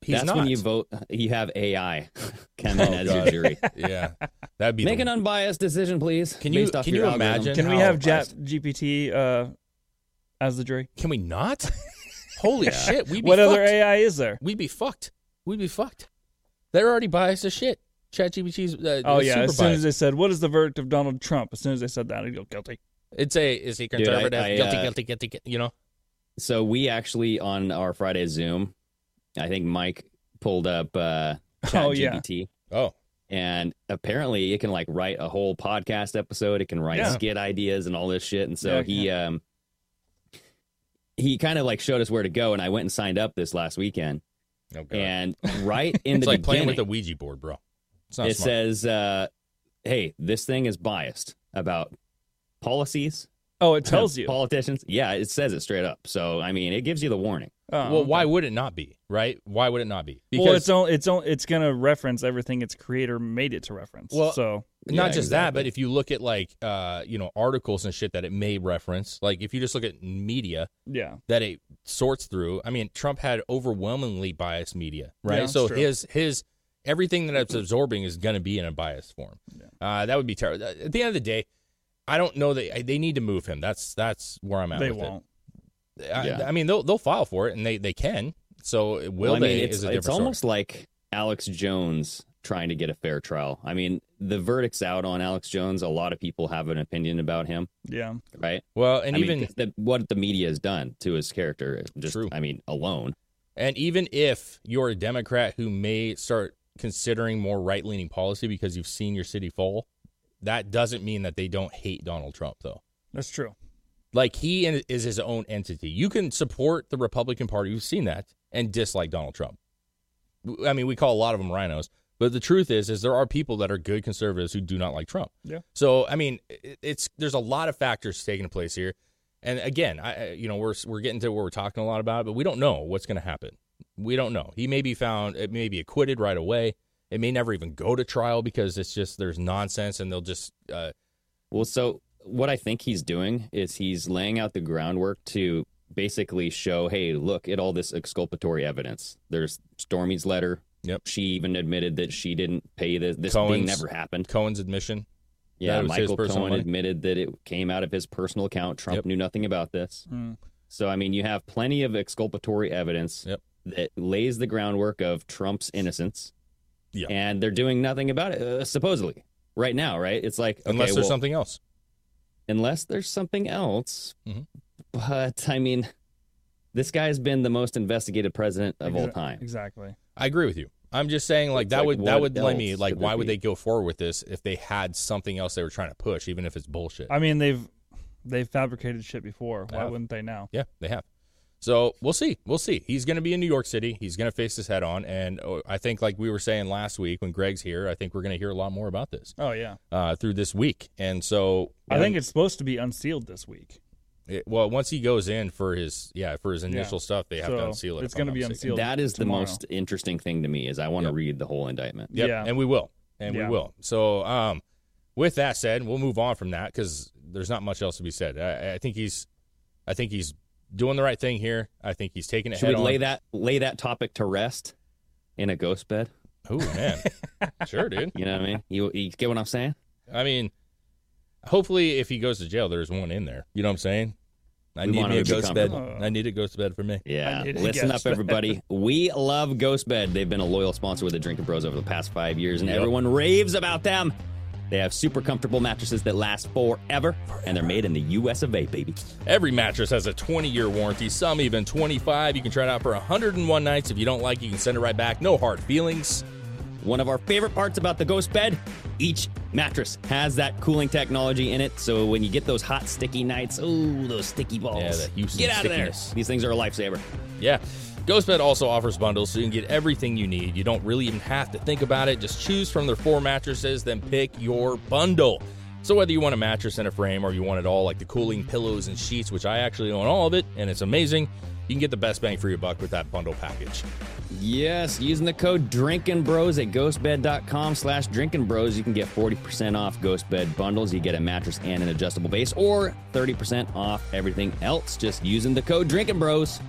G: He's
I: that's
G: not. Oh,
I: when you vote. You have AI come in as your jury.
G: yeah, that'd be.
I: Make
G: the,
I: an unbiased decision, please.
G: Can you-
I: based off
G: can
I: your
G: you
I: algorithm.
G: imagine
H: Can we
G: How
H: have Jet
G: biased.
H: GPT uh, as the jury?
G: can we not? Holy shit! We'd be
H: What
G: fucked.
H: other AI is there?
G: We'd be fucked. We'd be fucked. They're already biased as shit. ChatGPT's. Uh,
H: Oh
G: is
H: yeah,
G: super
H: as soon as
G: biased.
H: they said, "What is the verdict of Donald Trump?" As soon as they said that, I go guilty.
G: it's a is he
I: I-
G: conservative?
I: I,
G: guilty,
I: uh,
G: guilty, guilty, guilty. You know.
I: So we actually on our Friday Zoom, I think Mike pulled up uh
H: Oh, yeah.
I: ChatGPT,
G: Oh,
I: and apparently it can like write a whole podcast episode. It can write
H: Yeah.
I: skit ideas and all this shit. And so
H: Yeah, it
I: he um he kind of like showed us where to go, and I went and signed up this last weekend.
G: oh god.
I: And right in
G: it's
I: the
G: like playing
I: beginning,
G: with a Ouija board, bro. It's not
I: it
G: smart.
I: says, uh, "Hey, this thing is biased about policies,
H: Oh, it tells you.
I: politicians." Yeah, it says it straight up. So I mean, it gives you the warning.
H: Oh,
G: well, why would it not be? Right? Why would it not be?
H: well, it's only, it's only, it's gonna reference everything its creator made it to reference.
G: Well,
H: so
G: not
I: Yeah,
G: just that, but if you look at like uh, you know articles and shit that it may reference, like if you just look at media
H: yeah,
G: that it sorts through, I mean, Trump had overwhelmingly biased media, right?
H: Yeah,
G: so
H: true.
G: his his everything that it's absorbing is going to be in a biased form. Uh, that would be terrible. At the end of the day, I don't know that they need to move him. That's that's where I'm at.
H: they
G: with
H: won't.
G: It. I,
I: Yeah.
G: I mean, they'll they'll file for it, and they they can. So will
I: Well, I mean,
G: they?
I: it's,
G: is a different
I: it's
G: story.
I: almost like Alex Jones trying to get a fair trial. I mean, the verdict's out on Alex Jones. A lot of people have an opinion about him,
H: Yeah,
I: right?
G: well, and
I: I mean,
G: even
I: 'cause the, what the media has done to his character, just
G: True.
I: I mean, alone.
G: And even if you're a Democrat who may start considering more right leaning policy because you've seen your city fall, that doesn't mean that they don't hate Donald Trump, though.
H: that's true.
G: Like he in- is his own entity. You can support the Republican Party, we've seen that, and dislike Donald Trump. W- I mean, we call a lot of them rhinos, but the truth is, is there are people that are good conservatives who do not like Trump.
H: Yeah.
G: So I mean, it- it's there's a lot of factors taking place here, and again, I I- you know we're we're getting to where we're talking a lot about it, but we don't know what's going to happen. We don't know. He may be found, it may be acquitted right away. It may never even go to trial because it's just there's nonsense, and they'll just uh,
I: Well, so what I think he's doing is he's laying out the groundwork to basically show, hey, look at all this exculpatory evidence. There's Stormy's letter.
G: Yep.
I: She even admitted that she didn't pay this. This thing
G: Cohen's-
I: never happened.
G: Cohen's admission.
I: Yeah,
G: That was his
I: Michael
G: personal
I: Cohen
G: money?
I: admitted that it came out of his personal account. Trump
G: Yep.
I: knew nothing about this.
H: Hmm.
I: So, I mean, you have plenty of exculpatory evidence
G: Yep.
I: that lays the groundwork of Trump's innocence.
G: Yeah.
I: And they're doing nothing about it, uh, supposedly, right now, right? It's like, okay,
G: Unless there's
I: well,
G: something else.
I: unless there's something else.
G: Mhm.
I: But, I mean, this guy's been the most investigated president of all
H: Exa-
I: time.
H: Exactly.
G: I agree with you. I'm just saying, like
I: It's
G: that
I: like,
G: would that
I: what
G: would let me
I: else
G: like
I: could there
G: why would
I: be?
G: they go forward with this if they had something else they were trying to push, even if it's bullshit.
H: I mean, they've they've fabricated shit before. Why
G: have.
H: wouldn't they now?
G: yeah, they have. So we'll see. We'll see. He's going to be in New York City. He's going to face this head on, and oh, I think, like we were saying last week when Greg's here, I think we're going to hear a lot more about this
H: Oh yeah.
G: uh, through this week. And so um,
H: I think it's supposed to be unsealed this week.
G: it, well, once he goes in for his yeah for his initial
H: Yeah.
G: stuff, they have to
H: So
G: unseal it.
H: it's
G: if I'm
H: gonna
G: not
H: be
G: mistaken.
H: unsealed.
I: That is
H: tomorrow.
I: the most interesting thing to me is I want to read the whole indictment.
G: Yep,
H: Yeah.
G: and we will, and
H: Yeah.
G: we will. So, um, with that said, we'll move on from that because there's not much else to be said. I, I think he's, I think he's doing the right thing here. I think he's taking it
I: Should
G: head
I: we lay
G: on.
I: that lay that topic to rest in a ghost bed?
G: Oh man, sure, dude.
I: You know what I mean? You, you get what I'm saying?
G: I mean, hopefully, if he goes to jail, there's one in there. You know what I'm saying? I
I: We
G: need
I: want
G: me a
I: him to be
G: ghost bed.
H: comfortable.
G: I need a ghost bed for me.
I: Yeah.
H: I need a
I: Listen
H: ghost
I: up, everybody. we love Ghost Bed. They've been a loyal sponsor with the Drinking Bros over the past five years, and
G: Yep.
I: everyone raves about them. They have super comfortable mattresses that last forever, and they're made in the U.S. of A. Baby.
G: Every mattress has a 20 year warranty, some even 25. You can try it out for 101 nights. If you don't like, you can send it right back. No hard feelings.
I: One of our favorite parts about the Ghost Bed, each mattress has that cooling technology in it. So when you get those hot, sticky nights, oh, those sticky balls.
G: Yeah, that Houston
I: get out of
G: stickiness.
I: there. These things are a lifesaver.
G: Yeah. Ghostbed also offers bundles so you can get everything you need. You don't really even have to think about it. Just choose from their four mattresses, then pick your bundle. So whether you want a mattress and a frame or you want it all like the cooling pillows and sheets, which I actually own all of it and it's amazing, you can get the best bang for your buck with that bundle package.
I: Yes, using the code Drinking Bros at ghostbed.com slash Drinking Bros, you can get 40% off Ghost Bed bundles. You get a mattress and an adjustable base, or 30% off everything else just using the code Drinking Bros.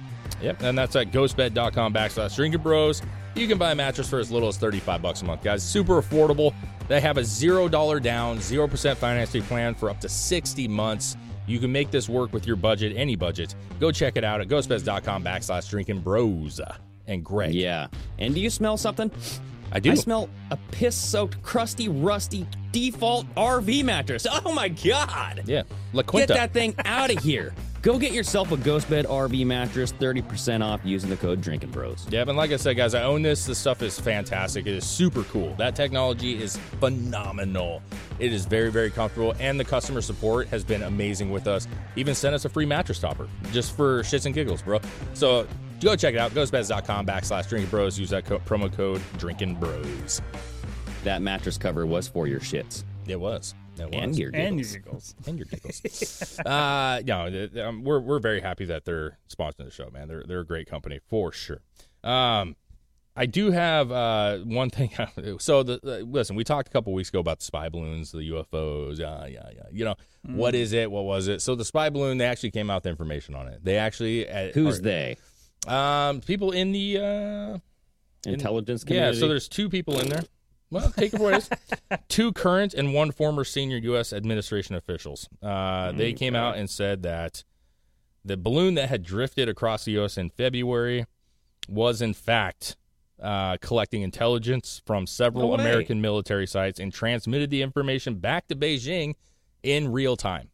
G: Yep, and that's at ghostbed.com backslash drinking bros. You can buy a mattress for as little as 35 bucks a month, guys. Super affordable. They have a $0 down, 0% financing plan for up to 60 months. You can make this work with your budget, any budget. Go check it out at ghostbeds.com backslash drinking bros. And Greg.
I: Yeah. And do you smell something?
G: I do.
I: I smell a piss soaked, crusty, rusty default RV mattress. Oh my God.
G: Yeah. La
I: Get
G: Quinta.
I: that thing out of here. Go get yourself a Ghost Bed RV mattress, 30% off using the code Drinking Bros.
G: Yep, and like I said, guys, I own this. This stuff is fantastic. It is super cool. That technology is phenomenal. It is very, very comfortable, and the customer support has been amazing with us. Even sent us a free mattress topper just for shits and giggles, bro. So go check it out. Ghostbeds.com backslash drinking bros. Use that co- promo code drinking bros.
I: That mattress cover was for your shits.
G: It was. That
I: and
G: was.
I: your
H: and
I: giggles.
H: giggles.
G: and your giggles. uh, no, th- th- um, we're we're very happy that they're sponsoring the show, man. They're they're a great company for sure. Um, I do have uh, one thing. so the, the listen, we talked a couple weeks ago about the spy balloons, the UFOs. Yeah, yeah, yeah. You know what is it? What was it? So the spy balloon, they actually came out with information on it. They actually uh,
I: Who's
G: are-
I: they?
G: Um, people in the uh,
I: Intelligence
G: yeah,
I: community.
G: so there's two people in there. Well, take it for what it is. Two current and one former senior U.S. administration officials.
I: Mm,
G: Uh, They came out and said that the balloon that had drifted across the U.S. in February was, in fact, uh, collecting intelligence from several
I: No way.
G: American military sites and transmitted the information back to Beijing in real time.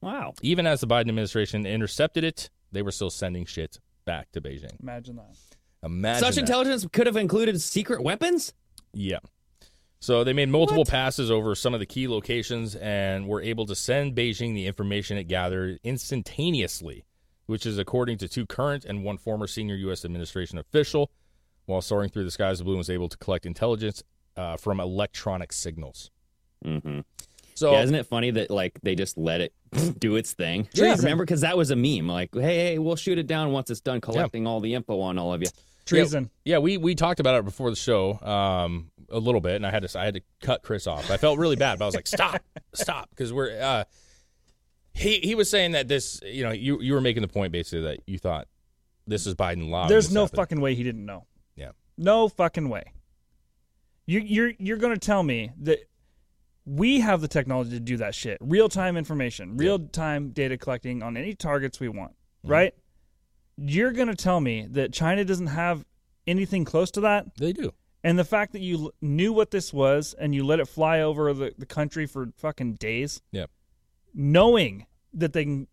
I: wow.
G: Even as the Biden administration intercepted it, they were still sending shit back to Beijing.
H: Imagine that.
G: Imagine
I: Such
G: that.
I: intelligence could have included secret weapons?
G: Yeah. So they made multiple passes over some of the key locations and were able to send Beijing the information it gathered instantaneously, which is according to two current and one former senior U.S. administration official. While soaring through the skies, the balloon was able to collect intelligence uh, from electronic signals.
I: Mm-hmm.
G: So
I: Yeah, isn't it funny that like they just let it do its thing?
G: Yeah.
I: Remember, because that was a meme. Like, hey, hey, we'll shoot it down once it's done collecting all the info on all of you.
H: Treason.
G: Yeah, we we talked about it before the show um, a little bit, and I had to I had to cut Chris off. I felt really bad, but I was like, stop, stop, because we're. Uh, he he was saying that this, you know, you you were making the point basically that you thought this is Biden law.
H: There's no fucking way he didn't know.
G: Yeah.
H: No fucking way. You you're you're gonna tell me that we have the technology to do that shit. Real time information, real time data collecting on any targets we want, right? You're gonna tell me that China doesn't have anything close to that,
G: They do.
H: and the fact that you l- knew what this was and you let it fly over the, the country for fucking days,
G: Yeah.
H: knowing that they can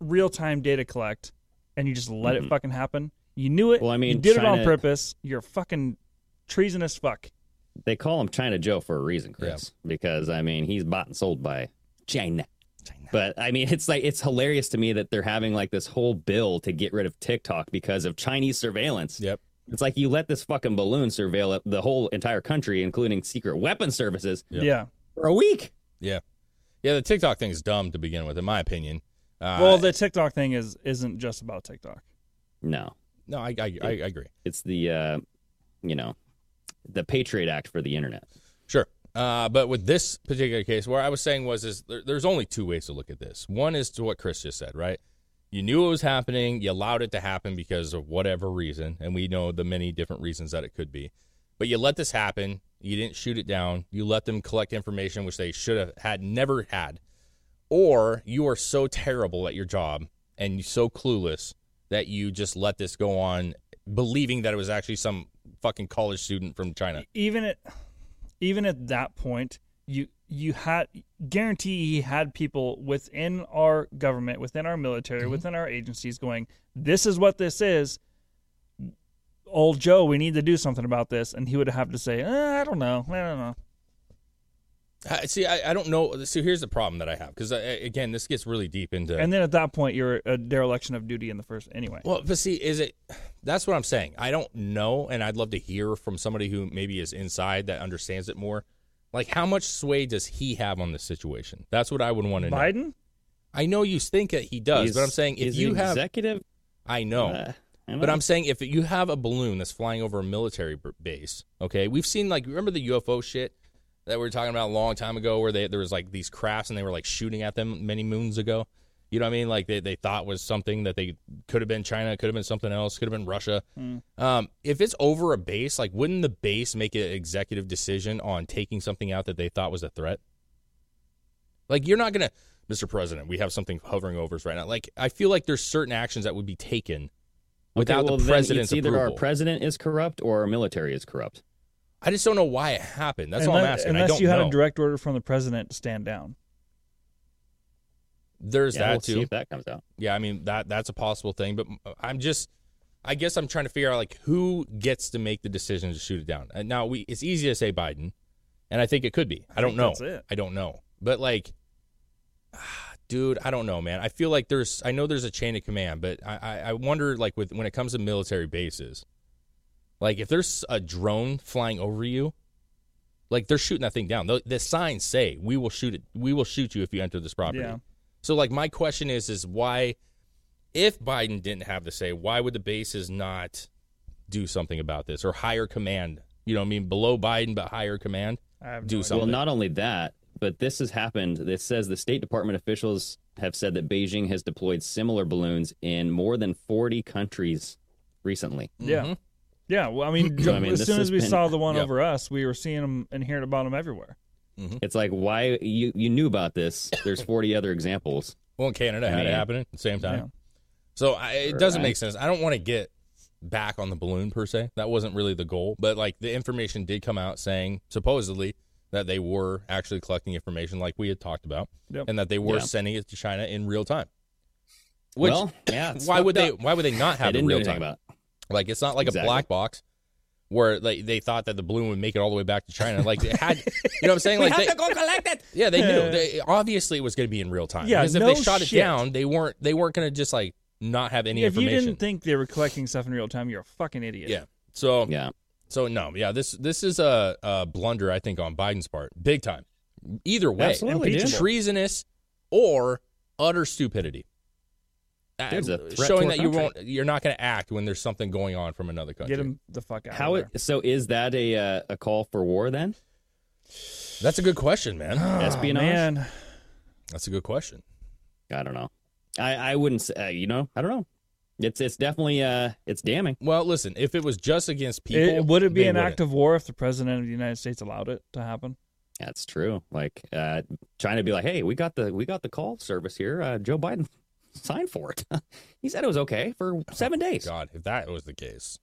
H: real time data collect and you just let it fucking happen. You knew it.
I: Well, I mean,
H: you did it on
I: China-
H: purpose. You're a fucking treasonous fuck.
I: They call him China Joe for a reason, Chris, because I mean he's bought and sold by China. But I mean, it's like it's hilarious to me that they're having like this whole bill to get rid of TikTok because of Chinese surveillance.
G: Yep.
I: It's like you let this fucking balloon surveil up the whole entire country, including secret weapon services,
G: Yeah.
H: Yeah.
I: for a week.
G: Yeah. Yeah. The TikTok thing is dumb to begin with, in my opinion. Uh,
H: well, the TikTok thing is isn't just about TikTok.
I: No,
G: no, I I, I I agree.
I: it's the uh, you know the Patriot Act for the internet.
G: Sure. Uh, but with this particular case, what I was saying was is there, there's only two ways to look at this. One is to what Chris just said, right? You knew it was happening, you allowed it to happen because of whatever reason, and we know the many different reasons that it could be. But you let this happen, you didn't shoot it down, you let them collect information which they should have had never had. Or you are so terrible at your job and you so clueless that you just let this go on believing that it was actually some fucking college student from China.
H: Even at even at that point, you you had guarantee he had people within our government, within our military,
G: Mm-hmm.
H: within our agencies going, This is what this is. Old Joe, we need to do something about this, and he would have to say, eh, "I don't know, I don't know."
G: I, see, I, I don't know. So here's the problem that I have because again, this gets really deep into.
H: And then at that point, you're a dereliction of duty in the first anyway.
G: well, but see, is it? That's what I'm saying. I don't know, and I'd love to hear from somebody who maybe is inside that understands it more. Like, how much sway does he have on this situation? That's what I would want to know.
H: Biden,
G: I know you think that he does,
I: He's-
G: but I'm saying if
I: he's
G: you
I: an
G: have,
I: executive,
G: I know.
I: uh, I don't
G: But
I: know.
G: I'm saying if you have a balloon that's flying over a military b- base, okay, we've seen like remember the UFO shit that we were talking about a long time ago, where they, there was like these crafts and they were like shooting at them many moons ago. You know what I mean? Like they, they thought was something that they could have been China, could have been something else, could have been Russia. Um, if it's over a base, like wouldn't the base make an executive decision on taking something out that they thought was a threat? Like you're not gonna, Mr. President, we have something hovering over us right now. Like I feel like there's certain actions that would be taken
I: Okay,
G: without
I: well,
G: the
I: then
G: president's
I: it's either
G: approval.
I: our president is corrupt or our military is corrupt.
G: I just don't know why it happened. That's all
H: unless,
G: I'm asking.
H: unless
G: I don't
H: you had
G: know.
H: a direct order from the president to stand down.
G: There's
I: yeah,
G: that
I: we'll
G: too.
I: see if that comes out.
G: yeah, I mean that that's a possible thing, but I'm just I guess I'm trying to figure out like who gets to make the decision to shoot it down. And now we it's easy to say Biden, and I think it could be. I, don't
H: think
G: know.
H: that's it.
G: I don't know. But like ah, dude, I don't know, man. I feel like there's I know there's a chain of command, but I I, I wonder like with when it comes to military bases, like if there's a drone flying over you, Like they're shooting that thing down. The, the signs say, "We will shoot it. We will shoot you if you enter this property."
H: Yeah.
G: So, like, my question is, is why, if Biden didn't have the say, why would the bases not do something about this or higher command? You know, what I mean, below Biden, but higher command,
H: I have
G: do
H: no
G: something.
I: Well, not only that, but this has happened. This says the State Department officials have said that Beijing has deployed similar balloons in more than 40 countries recently.
H: Yeah.
G: Mm-hmm.
H: Yeah, well, I mean,
I: So, I mean,
H: as
I: this
H: soon
I: has
H: as we
I: been-
H: saw the one
G: Yeah.
H: over us, we were seeing them and hearing about them everywhere.
G: Hmm.
I: It's like why you you knew about this. There's 40 other examples.
G: Well, in Canada had it
I: mean-
G: happening at the same time.
H: Yeah.
G: So I, it doesn't
I: Right.
G: make sense. I don't want to get back on the balloon per se. That wasn't really the goal, but like the information did come out saying supposedly that they were actually collecting information like we had talked about
H: Yep.
G: and that they were
I: Yeah.
G: sending it to China in real time. Which
I: well, yeah. it's
G: why would
I: fucked
G: they
I: up.
G: why would they not
I: They
G: have it
I: didn't do
G: real
I: anything
G: time?
I: about it.
G: Like it's not like
I: Exactly.
G: a black box where like they thought that the balloon would make it all the way back to China. Like it had, you know what I'm saying? Like they,
I: collect it.
G: yeah, they knew. They, obviously, it was going to be in real time.
H: Yeah,
G: because if they
H: no
G: shot
H: shit.
G: it down, they weren't. They weren't going to just like not have any
H: if you
G: information.
H: didn't think they were collecting stuff in real time, you're a fucking idiot.
G: yeah. So
I: Yeah.
G: so no. Yeah. This this is a, a blunder, I think, on Biden's part, big time. Either way,
I: Absolutely, dude.
G: treasonous or utter stupidity. Uh,
I: Dude's a threat to
G: showing
I: our
G: that you
I: country.
G: won't, you're not going to act when there's something going on from another country.
H: Get him the fuck out.
I: How
H: of
I: it, so is that a uh, a call for war then?
G: That's a good question, man.
H: there.
I: Espionage?
H: Ah, man?
G: That's a good question.
I: I don't know. I, I wouldn't say. Uh, you know, I don't know. It's it's definitely uh it's damning.
G: Well, listen, if it was just against people,
H: It, would it be
G: they
H: an
G: wouldn't.
H: act of war if the president of the United States allowed it to happen?
I: That's true. Like uh China be like, hey, we got the we got the call service here. Uh, Joe Biden signed for it. he said it was okay for seven days.
G: God, if that was the case.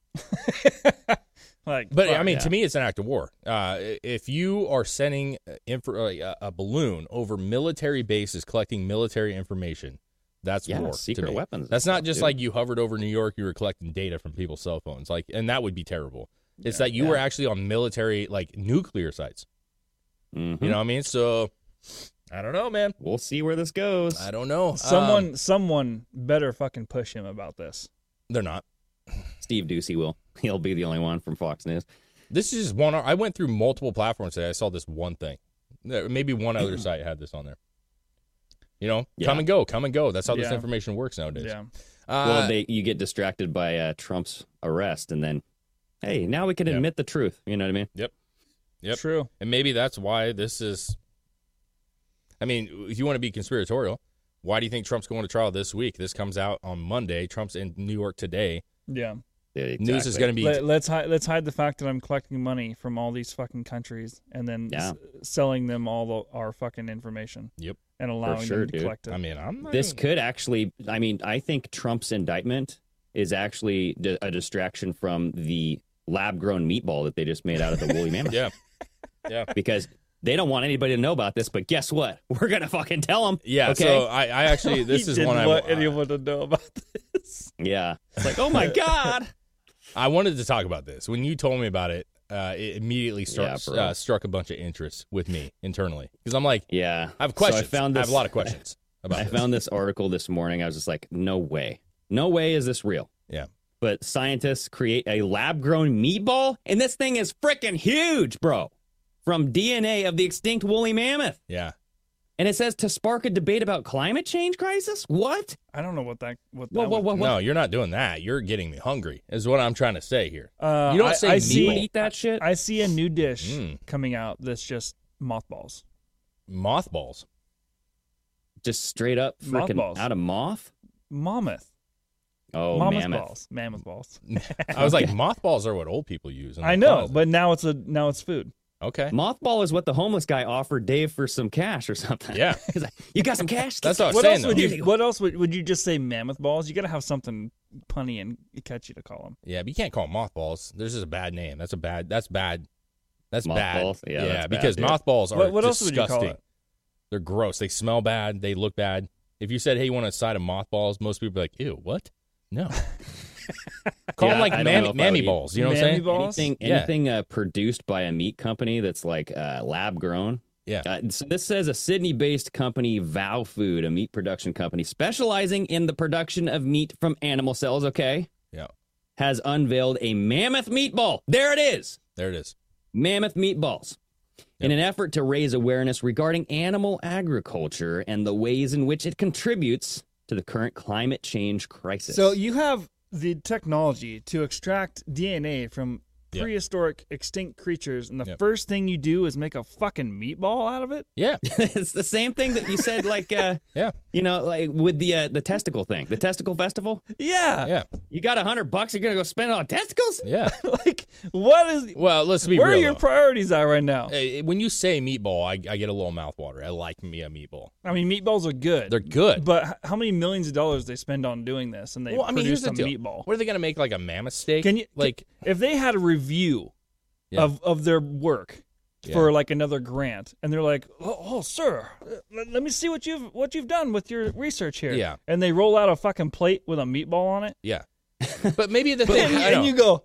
H: Like,
G: But
H: fuck.
G: I mean,
I: yeah.
G: to me, it's an act of war. Uh, i- if you are sending uh, inf- uh, a, a balloon over military bases collecting military information, that's
I: Yeah,
G: war. to
I: secret
G: me.
I: weapons and
G: That's not
I: stuff,
G: just
I: dude.
G: like you hovered over New York, you were collecting data from people's cell phones, like, and that would be terrible. It's that you were actually on military, like nuclear sites.
I: Mhm.
H: Mm-hmm.
G: You know what I mean? So, I don't know, man.
I: We'll see where this goes.
G: I don't know.
H: someone,
G: Um,
H: someone better fucking push him about this.
G: they're not.
I: Steve Ducey will. He'll be the only one from Fox News.
G: This is just one. I went through multiple platforms today. I saw this one thing. There- Maybe one other site had this on there. You know,
I: Yeah.
G: come and go, come and go. That's how this
H: Yeah.
G: information works nowadays.
H: Yeah,
G: Uh,
I: well, they you get distracted by uh, Trump's arrest, and then hey, now we can
G: Yeah.
I: admit the truth. You know what I mean?
G: Yep.
H: true.
G: and maybe that's why this is. I mean, if you want to be conspiratorial, why do you think Trump's going to trial this week? This comes out on Monday. Trump's in New York today.
H: Yeah,
G: News is
I: Exactly.
G: going to be.
H: Let, let's hide, let's hide the fact that I'm collecting money from all these fucking countries and then
I: Yeah.
H: s- selling them all the, our fucking information.
G: Yep.
H: and allowing
I: sure,
H: them to
I: dude.
H: collect it.
G: I mean, I'm not
I: this
G: even-
I: could actually i mean i think trump's indictment is actually di- a distraction from the lab grown meatball that they just made out of the woolly mammoth
G: Yeah, yeah,
I: because they don't want anybody to know about this but guess what we're gonna fucking tell them
G: yeah.
I: okay
G: So I, I actually, this
H: He
G: is
H: didn't
G: one I
H: want
G: I-
H: anyone to know about this.
I: yeah it's like oh my god
G: I wanted to talk about this when you told me about it. Uh, it immediately starts,
I: Yeah, bro.
G: uh, struck a bunch of interest with me internally because I'm like,
I: yeah
G: I have
I: So
G: questions.
I: i found this
G: have a lot of questions about
I: i
G: this.
I: found this article this morning i was just like no way no way is this real
G: Yeah.
I: but scientists create a lab grown meatball and this thing is freaking huge bro from dna of the extinct woolly mammoth
G: yeah,
I: And it says to spark a debate about climate change crisis? What?
H: I don't know what that what
I: Whoa,
H: that
I: whoa,
H: would-
I: whoa, whoa.
G: no, you're not doing that. You're getting me hungry. Is what I'm trying to say here.
H: Uh,
G: You don't
H: I,
G: say
H: I
G: meatball.
I: You would
H: see
I: eat that shit?
H: I see a new dish
G: Mm.
H: coming out that's just mothballs.
G: Mothballs.
I: Just straight up freaking
H: Mothballs.
I: out of moth?
H: Mammoth.
I: Oh,
H: mammoth
I: mammoth.
H: balls. Mammoth balls.
G: I was like, mothballs are what old people use. in the
H: I know,
G: closet.
H: but now it's a now it's food.
G: okay,
I: Mothball is what the homeless guy offered Dave for some cash or something.
G: Yeah.
I: He's like, you got some cash?
G: That's what I was
I: Get-
H: What
G: saying
H: else
G: though.
H: would you what else would, would you just say mammoth balls? You gotta have something punny and catchy to call them.
G: yeah, but you can't call them mothballs. There's just a bad name. That's a bad. That's bad. That's
I: Mothballs?
G: bad.
I: Yeah, that's bad,
G: because
I: dude.
G: mothballs are
H: What, what else would
G: disgusting.
H: you call it?
G: They're gross. They smell bad. They look bad. If you said, "Hey, you want a side of mothballs?" Most people be like, "Ew, what?" No. Call
I: Yeah,
G: them
I: I
G: like
I: don't know
G: mammy,
I: if I
G: mammy
I: would eat-
G: balls. You know what I'm
H: Mammy
G: saying?
H: balls?
I: Anything,
G: Yeah.
I: anything uh, produced by a meat company that's like uh, lab grown.
G: Yeah.
I: Uh, so this says a Sydney based company, Vow Food, a meat production company specializing in the production of meat from animal cells, okay?
G: Yeah.
I: Has unveiled a mammoth meatball. There it is.
G: There it is.
I: Mammoth meatballs. In an effort to raise awareness regarding animal agriculture and the ways in which it contributes to the current climate change crisis.
H: So you have the technology to extract DNA from prehistoric extinct creatures, and the
G: Yep.
H: first thing you do is make a fucking meatball out of it.
G: Yeah,
I: it's the same thing that you said, like, uh,
G: yeah,
I: you know, like with the uh, the testicle thing, the testicle festival.
H: Yeah,
G: yeah,
I: You got a hundred bucks, you're gonna go spend it on testicles?
G: yeah.
H: like what is?
G: Well, let's be
H: Where
G: real.
H: are your
G: though.
H: priorities at right now?
G: Eh, when you say meatball, I, I get a little mouthwater. I like me a meatball.
H: I mean, meatballs are good.
G: They're good.
H: But h- how many millions of dollars they spend on doing this, and they
G: well, I mean, here's
H: produce
G: the
H: a
G: deal.
H: meatball?
G: What are they gonna make like a mammoth steak?
H: Can you
G: like?
H: if they had a review
G: Yeah.
H: of of their work for like another grant, and they're like, "Oh, oh sir, let, let me see what you've what you've done with your research here."
G: Yeah.
H: and they roll out a fucking plate with a meatball on it,
G: Yeah. But maybe the thing.
H: and,
G: I
H: and
G: don't-
H: you go,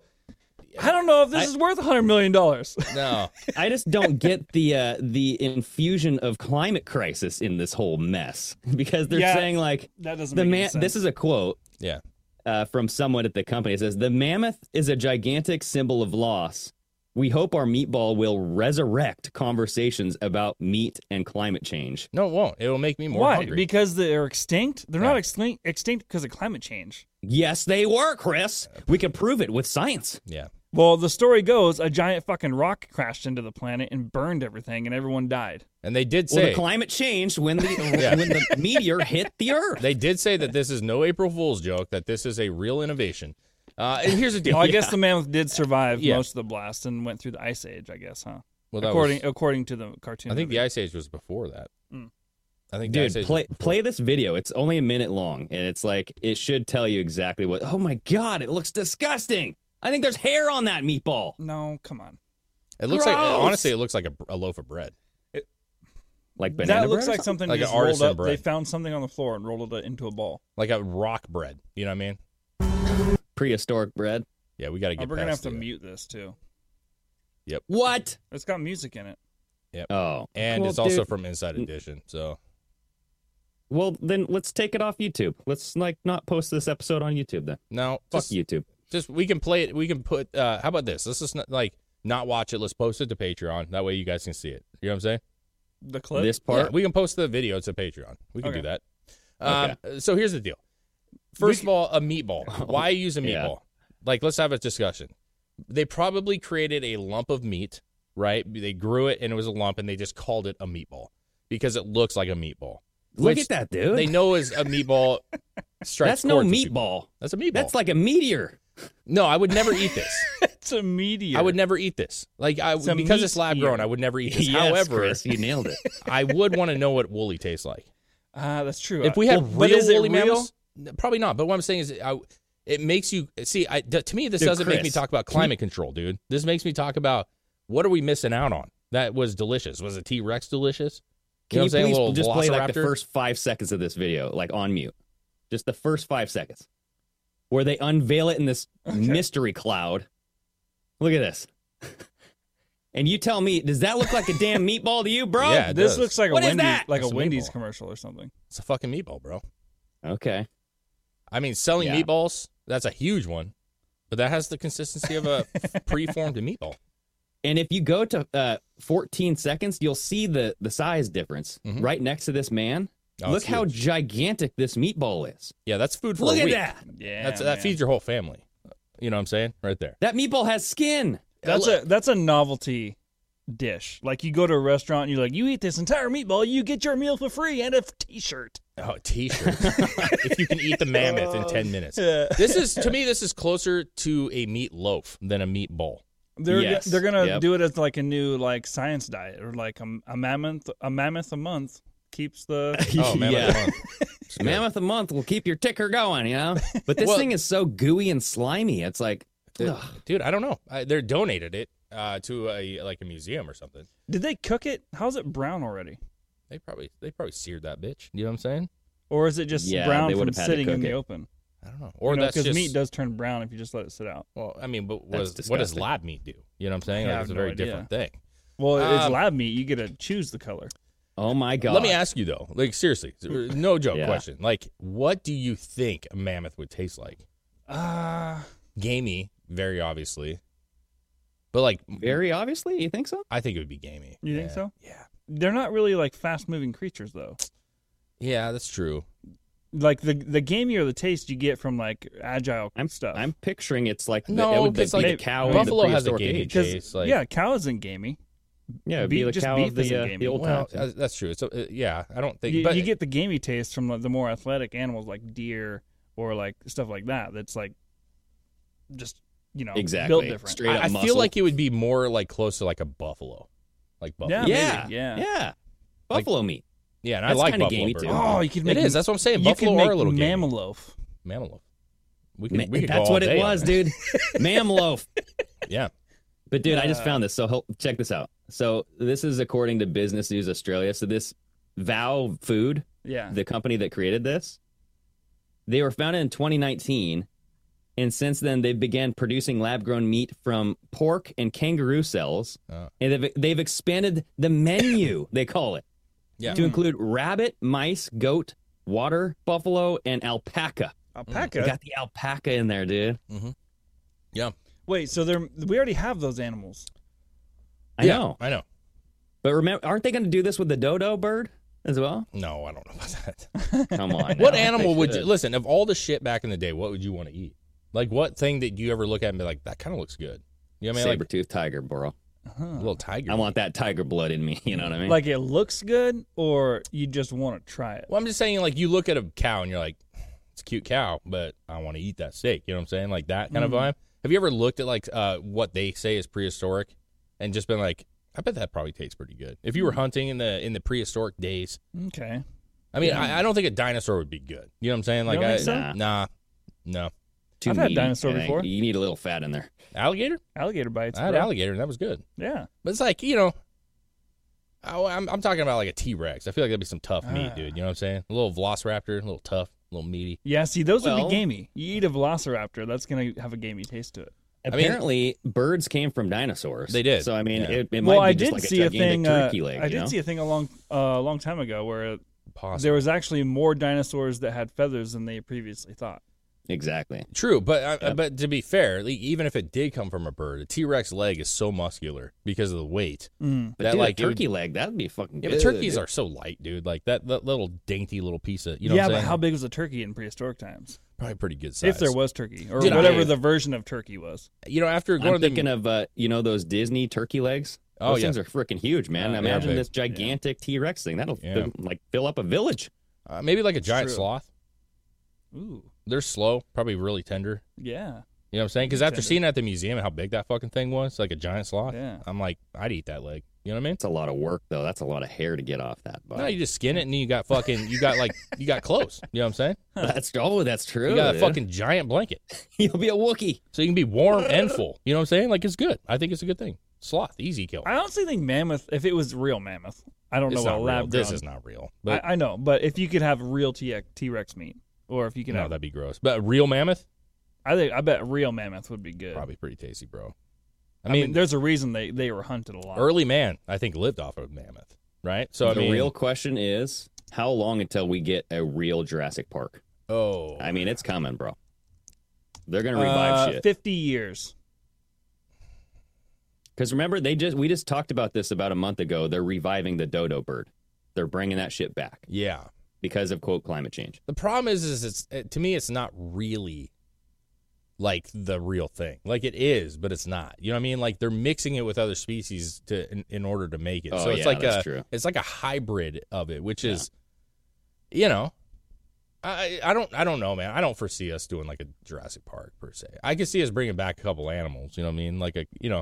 H: "I don't know if this is worth a hundred million dollars."
G: no.
I: I just don't get the uh, the infusion of climate crisis in this whole mess because they're
H: Yeah.
I: saying like
H: that doesn't
I: the
H: make
I: man.
H: any sense.
I: This is a quote
G: Yeah.
I: uh, from someone at the company. It says the mammoth is a gigantic symbol of loss. We hope our meatball will resurrect conversations about meat and climate change.
G: No, it won't. It'll make me more
H: why
G: hungry.
H: because they're extinct. They're
G: Yeah.
H: not extinct extinct because of climate change.
I: Yes, they were, Chris. We can prove it with science.
G: yeah.
H: Well, the story goes a giant fucking rock crashed into the planet and burned everything, and everyone died.
G: And they did
I: Well,
G: say
I: the climate changed when the
G: Yeah.
I: when the meteor hit the Earth.
G: they did say that this is no April Fool's joke. That this is a real innovation. Uh, and here's the deal.
H: Well, I guess the mammoth did survive
G: Yeah.
H: most of the blast and went through the ice age. I guess, huh?
G: Well, that
H: according Mm.
G: was-
H: according to the cartoon.
G: I think the
H: movie.
G: Ice Age was before that. I think the Ice
I: Dude,
G: Age
I: play
G: was before-
I: play this video. It's only a minute long, and it's like it should tell you exactly what. Oh my god, it looks disgusting. I think there's hair on that meatball,
H: No, come on.
G: It looks like
I: Gross.
G: honestly, it looks like a, a loaf of bread.
I: like banana.
H: That looks
I: bread or
H: like something
G: Like
H: like
G: an
H: just rolled
G: artisan
H: up. They
G: bread.
H: found something on the floor and rolled it into a ball.
G: like a rock bread. You know what I mean?
I: prehistoric bread.
G: Yeah, we got to
H: Oh,
G: get.
H: we're gonna have
G: past
H: to
G: the-
H: mute this too.
I: What?
H: It's got music in it.
I: Oh,
G: and
I: Well,
G: it's also
I: dude,
G: from Inside Edition. So
I: Well, then let's take it off YouTube. Let's like not post this episode on YouTube then.
G: no,
I: Fuck
G: just,
I: YouTube.
G: Just we can play it. We can put. uh How about this? Let's just not, like not watch it. Let's post it to Patreon. That way you guys can see it. You know what I'm saying?
H: The clip.
I: This
G: Yeah,
I: part.
G: we can post the video to Patreon. We can do
H: Okay.
G: that. Um, So here's the deal. First of all, a meatball. Why use a meatball?
I: Yeah.
G: Like, let's have a discussion. They probably created a lump of meat, right? They grew it and it was a lump, and they just called it a meatball because it looks like a meatball.
I: Look
G: which
I: at that, dude.
G: They know is a meatball. strikes
I: That's no
G: chords with people.
I: meatball.
G: That's a meatball.
I: That's like a meteor.
G: no. I would never eat this.
H: It's a meteor.
G: I would never eat this. Like I
H: a
G: because it's
H: meat
G: lab
H: ear.
G: grown, I would never eat this.
I: Yes,
G: However,
I: Chris, you nailed it.
G: I would want to know what woolly tastes like.
H: Ah, that's true.
G: If we
H: Uh,
G: had
H: but
G: real
H: is it
G: woolly
H: real?
G: mammals, n- probably not. But what I'm saying is, I, it makes you see. I, d- to me, this
I: Dude,
G: doesn't make me
I: Chris,
G: talk about climate control, dude. This makes me talk about what are we missing out on that was delicious. Was a T Rex delicious?
I: Can
G: know what
I: you
G: I'm saying? A
I: please
G: little
I: just play like the
G: velociraptor?
I: first five seconds of this video, like on mute? Just the first five seconds, where they unveil it in this mystery cloud. Look at this, and you tell me, does that look like a damn meatball to you, bro?
G: Yeah, it
H: This
G: does.
H: looks like
I: What
H: a
I: is
H: Wendy's,
I: that?
H: like
G: It's a
H: a Wendy's
G: meatball.
H: commercial or something.
G: It's a fucking meatball, bro.
I: Okay.
G: I mean, selling
I: Yeah.
G: meatballs that's a huge one, but that has the consistency of a preformed meatball.
I: And if you go to uh, 14 seconds, you'll see the the size difference right next to this man.
G: Mm-hmm. Oh,
I: look
G: it's
I: how
G: huge.
I: gigantic this meatball is.
G: yeah, that's food for
I: Look
G: a
I: at
G: week.
I: that.
H: Yeah,
G: That's that
H: man.
G: feeds your whole family. You know what I'm saying? Right there.
I: That meatball has skin.
H: That's a that's a novelty dish. Like you go to a restaurant and you're like, you eat this entire meatball, you get your meal for free and a f- t-shirt.
G: Oh, t-shirt. if you can eat the mammoth in 10 minutes. This is to me this is closer to a meat loaf than a meatball.
H: They're go-
I: Yes.
H: they're gonna
I: Yep.
H: do it as like a new like science diet or like a, a mammoth a mammoth a month keeps the.
G: Oh, mammoth
I: Yeah.
G: alone. It's good.
I: Mammoth a month will keep your ticker going, you know? But this
G: Well-
I: thing is so gooey and slimy. It's like, ugh.
G: Dude, I don't know. I, they're donated it uh, to a like a museum or something.
H: Did they cook it? How's it brown already?
G: They probably they probably seared that bitch. You know what I'm saying?
H: Or is it just
I: Yeah,
H: brown
I: they
H: from
I: would've had to
H: sitting in
I: cook
H: the
I: it.
H: open?
G: I don't know. Or
H: you know,
G: that's just
H: meat does turn brown if you just let it sit out.
G: Well, I mean, but what,
I: That's
G: is- what does
I: disgusting.
G: lab meat do? You know what I'm saying?
H: I
G: Like,
H: have
G: it's a
H: no
G: very
H: idea.
G: different thing.
H: Well, it's
G: Um,
H: lab meat. You get to choose the color.
I: oh my God.
G: Let me ask you though, like seriously, no joke
I: Yeah.
G: question. Like, what do you think a mammoth would taste like?
H: Uh,
G: Gamey, very obviously. But like,
I: Very obviously, you think so?
G: I think it would be gamey.
H: You think
G: Yeah.
H: so?
G: Yeah.
H: They're not really like fast moving creatures though.
G: Yeah, that's true.
H: Like the the gamier the taste you get from like agile
I: I'm
H: stuff.
I: I'm picturing it's like the,
G: No,
I: it would be
G: 'cause, like,
I: the cow in
G: Buffalo
I: the
G: has a
I: prehistoric
G: gamey
I: age.
H: 'Cause,
G: taste, like-
H: yeah, cow isn't gamey.
I: Yeah, it'd
H: Beef-
I: be the
H: just
I: cow
H: beef
I: of the,
H: isn't
I: uh,
H: gamey.
I: the old
G: Well, uh,
I: times.
G: that's true. So uh, yeah, I don't think.
H: You,
G: but
H: you get the gamey taste from like, the more athletic animals like deer or like stuff like that. That's like just you know
I: Exactly.
H: built different.
I: Straight up
G: I, I feel
I: muscle.
G: like it would be more like close to like a buffalo, like buffalo.
H: Yeah.
I: yeah,
H: maybe, yeah.
I: yeah, Buffalo meat.
G: Yeah, and I
I: That's
G: like
I: kinda
G: buffalo
I: gamey,
G: burger.
I: too.
H: Oh, you could make
G: it is. That's what I'm saying.
H: you
G: buffalo
H: could make
G: are a little
H: mammal
G: gamey.
H: loaf.
G: Mammal. We
I: Ma-
G: could, we could go
I: that's
G: all
I: what
G: day
I: it
G: on
I: was,
G: that.
I: dude. Mam loaf.
G: Yeah.
I: But dude, I just found this. So help, check this out. So this is according to Business News Australia. So this Vow Food,
H: Yeah.
I: the company that created this, they were founded in 2019, and since then they began producing lab-grown meat from pork and kangaroo cells,
G: Oh.
I: and they've they've expanded the menu. they call it
G: Yeah.
I: to include rabbit, mice, goat, water buffalo, and alpaca.
H: Alpaca.
I: They got the alpaca in there, dude.
G: Yeah.
H: Wait, so they're we already have those animals.
I: I
G: yeah,
I: know,
G: I know.
I: but remember, aren't they going to do this with the dodo bird as well?
G: No, I don't know about that.
I: Come on.
G: What
I: now.
G: animal
I: They
G: would you
I: should.
G: listen? Of all the shit back in the day, what would you want to eat? Like what thing that you ever look at and be like, that kind of looks good? You know what I mean?
I: saber tooth tiger, bro.
G: Like a little tiger.
I: I want that tiger blood in me. You know what I mean?
H: Like it looks good, or you just want to try it.
G: Well, I'm just saying, like you look at a cow and you're like, it's a cute cow, but I want to eat that steak. You know what I'm saying? Like that kind of
I: Mm.
G: vibe. Have you ever looked at like uh, what they say is prehistoric, and just been like, I bet that probably tastes pretty good. If
I: Mm.
G: you were hunting in the in the prehistoric days,
H: Okay.
G: I mean, I, I don't think a dinosaur would be good. You know what I'm saying? Like,
H: don't
G: I,
H: think so?
G: nah, no
I: Too
H: I've had
I: meaty,
H: dinosaur
I: I think.
H: before.
I: You need a little fat in there.
G: alligator.
H: Alligator bites.
G: I had
H: bro.
G: alligator, and that was good.
H: yeah.
G: But it's like you know, I, am I'm talking about like a T Rex. I feel like that'd be some tough
I: Ah.
G: meat, dude. You know what I'm saying? A little Velociraptor, a little tough, a little meaty.
H: Yeah, see those would
I: Well-
H: be gamey. You eat a velociraptor, that's gonna have a gamey taste to it.
G: mean-
I: Apparently, birds came from dinosaurs.
G: They did.
I: So I mean,
G: Yeah.
I: it, it
H: well,
I: might be
H: I
I: just
H: did
I: like
H: see
I: a,
H: a,
I: gigantic
H: thing. uh,
I: turkey leg.
H: I
I: you
H: did
I: know?
H: see a thing a long, a long time ago where
G: Possible.
H: there was actually more dinosaurs that had feathers than they previously thought.
I: exactly.
G: True, but uh, but to be fair, like, even if it did come from a bird, a T Rex leg is so muscular because of the weight
I: But
H: Mm.
G: that
I: dude,
G: like
I: a
G: it would-
I: turkey leg, that'd be fucking.
G: Yeah,
I: good,
G: but turkeys
I: dude.
G: are so light, dude. Like that, that little dainty little piece of you know.
H: yeah,
G: what I'm
H: but
G: saying?
H: how big was a turkey in prehistoric times?
G: Probably pretty good size.
H: If there was turkey or
G: Dude, I-
H: whatever the version of turkey was.
G: you know, after going
I: I'm
G: to
I: thinking of uh, you know those Disney turkey legs.
G: Oh,
I: those
G: yeah.
I: things are freaking huge, man.
G: Yeah,
I: Imagine
G: big.
I: this gigantic T Rex thing that'll
G: Yeah.
I: fill- like fill up a village.
G: uh, maybe like a giant
H: true.
G: sloth.
H: Ooh,
G: They're slow, probably really tender.
H: yeah.
G: You know what I'm saying? Because after
H: Tender.
G: seeing at the museum how big that fucking thing was, like a giant sloth,
H: Yeah.
G: I'm like, I'd eat that leg. You know what I mean?
I: It's a lot of work though. That's a lot of hair to get off that body.
G: No, you just skin it and you got fucking, you got like, you got clothes. You know what I'm saying?
I: That's oh, that's true.
G: You got a
I: dude.
G: fucking giant blanket.
I: You'll be a Wookie.
G: So you can be warm and full. You know what I'm saying? Like it's good. I think it's a good thing. Sloth, easy kill.
H: I honestly think mammoth, if it was real mammoth, I don't
G: It's
H: know
G: not
H: what
G: real.
H: lab.
G: This
H: grown-
G: is not real. But
H: I, I know, but if you could have real T Rex meat, or if you could
G: no,
H: have,
G: that'd be gross. But a real mammoth,
H: I think I bet real mammoth would be good.
G: probably pretty tasty, bro. I
H: I mean,
G: mean,
H: there's a reason they they were hunted a lot.
G: early man, I think lived off of mammoth, right? So I
I: the
G: mean,
I: real question is how long until we get a real Jurassic Park?
G: oh,
I: I mean, it's coming, bro. They're gonna revive
H: uh,
I: shit.
H: fifty years.
I: Because remember, they just we just talked about this about a month ago. They're reviving the dodo bird. They're bringing that shit back
G: yeah.
I: because of quote climate change.
G: The problem is, is it's it, to me, it's not really like the real thing. Like it is, but it's not. You know what I mean? Like they're mixing it with other species to in, in order to make it.
I: Oh,
G: so it's
I: yeah,
G: like
I: that's
G: a
I: true.
G: it's like a hybrid of it, which is, you know, I I don't I don't know, man. I don't foresee us doing like a Jurassic Park per se. I could see us bringing back a couple animals. You know what I mean? Like a you know.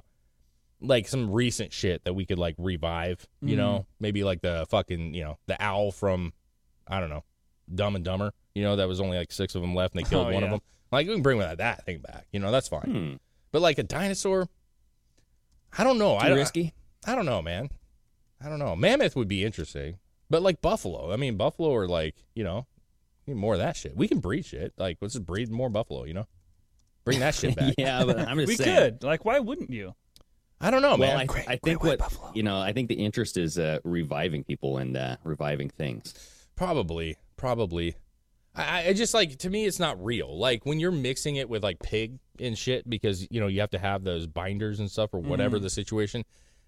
G: Like some recent shit that we could like revive,
I: Mm-hmm.
G: you know, maybe like the fucking, you know, the owl from, I don't know, Dumb and Dumber. You know, that was only like six of them left, and they killed
H: Oh,
G: one of
H: yeah.
G: them. Like we can bring that that thing back. You know, that's fine.
I: Hmm.
G: But like a dinosaur, I don't know. I
I: Too
G: don't,
I: risky.
G: I don't know, man. I don't know. Mammoth would be interesting, but like buffalo. I mean, buffalo are like you know, need more of that shit. We can breed shit. Like let's just breed more buffalo. You know, bring that shit back.
I: yeah, but I'm just
H: we
I: saying.
H: could. Like, why wouldn't you?
G: I don't know,
I: Well,
G: Oh, man.
I: I, I think what you know, I think the interest is uh, reviving people and uh, reviving things.
G: Probably, probably. I, I just like to me, it's not real. Like when you're mixing it with like pig and shit, because you know you have to have those binders and stuff or whatever the situation.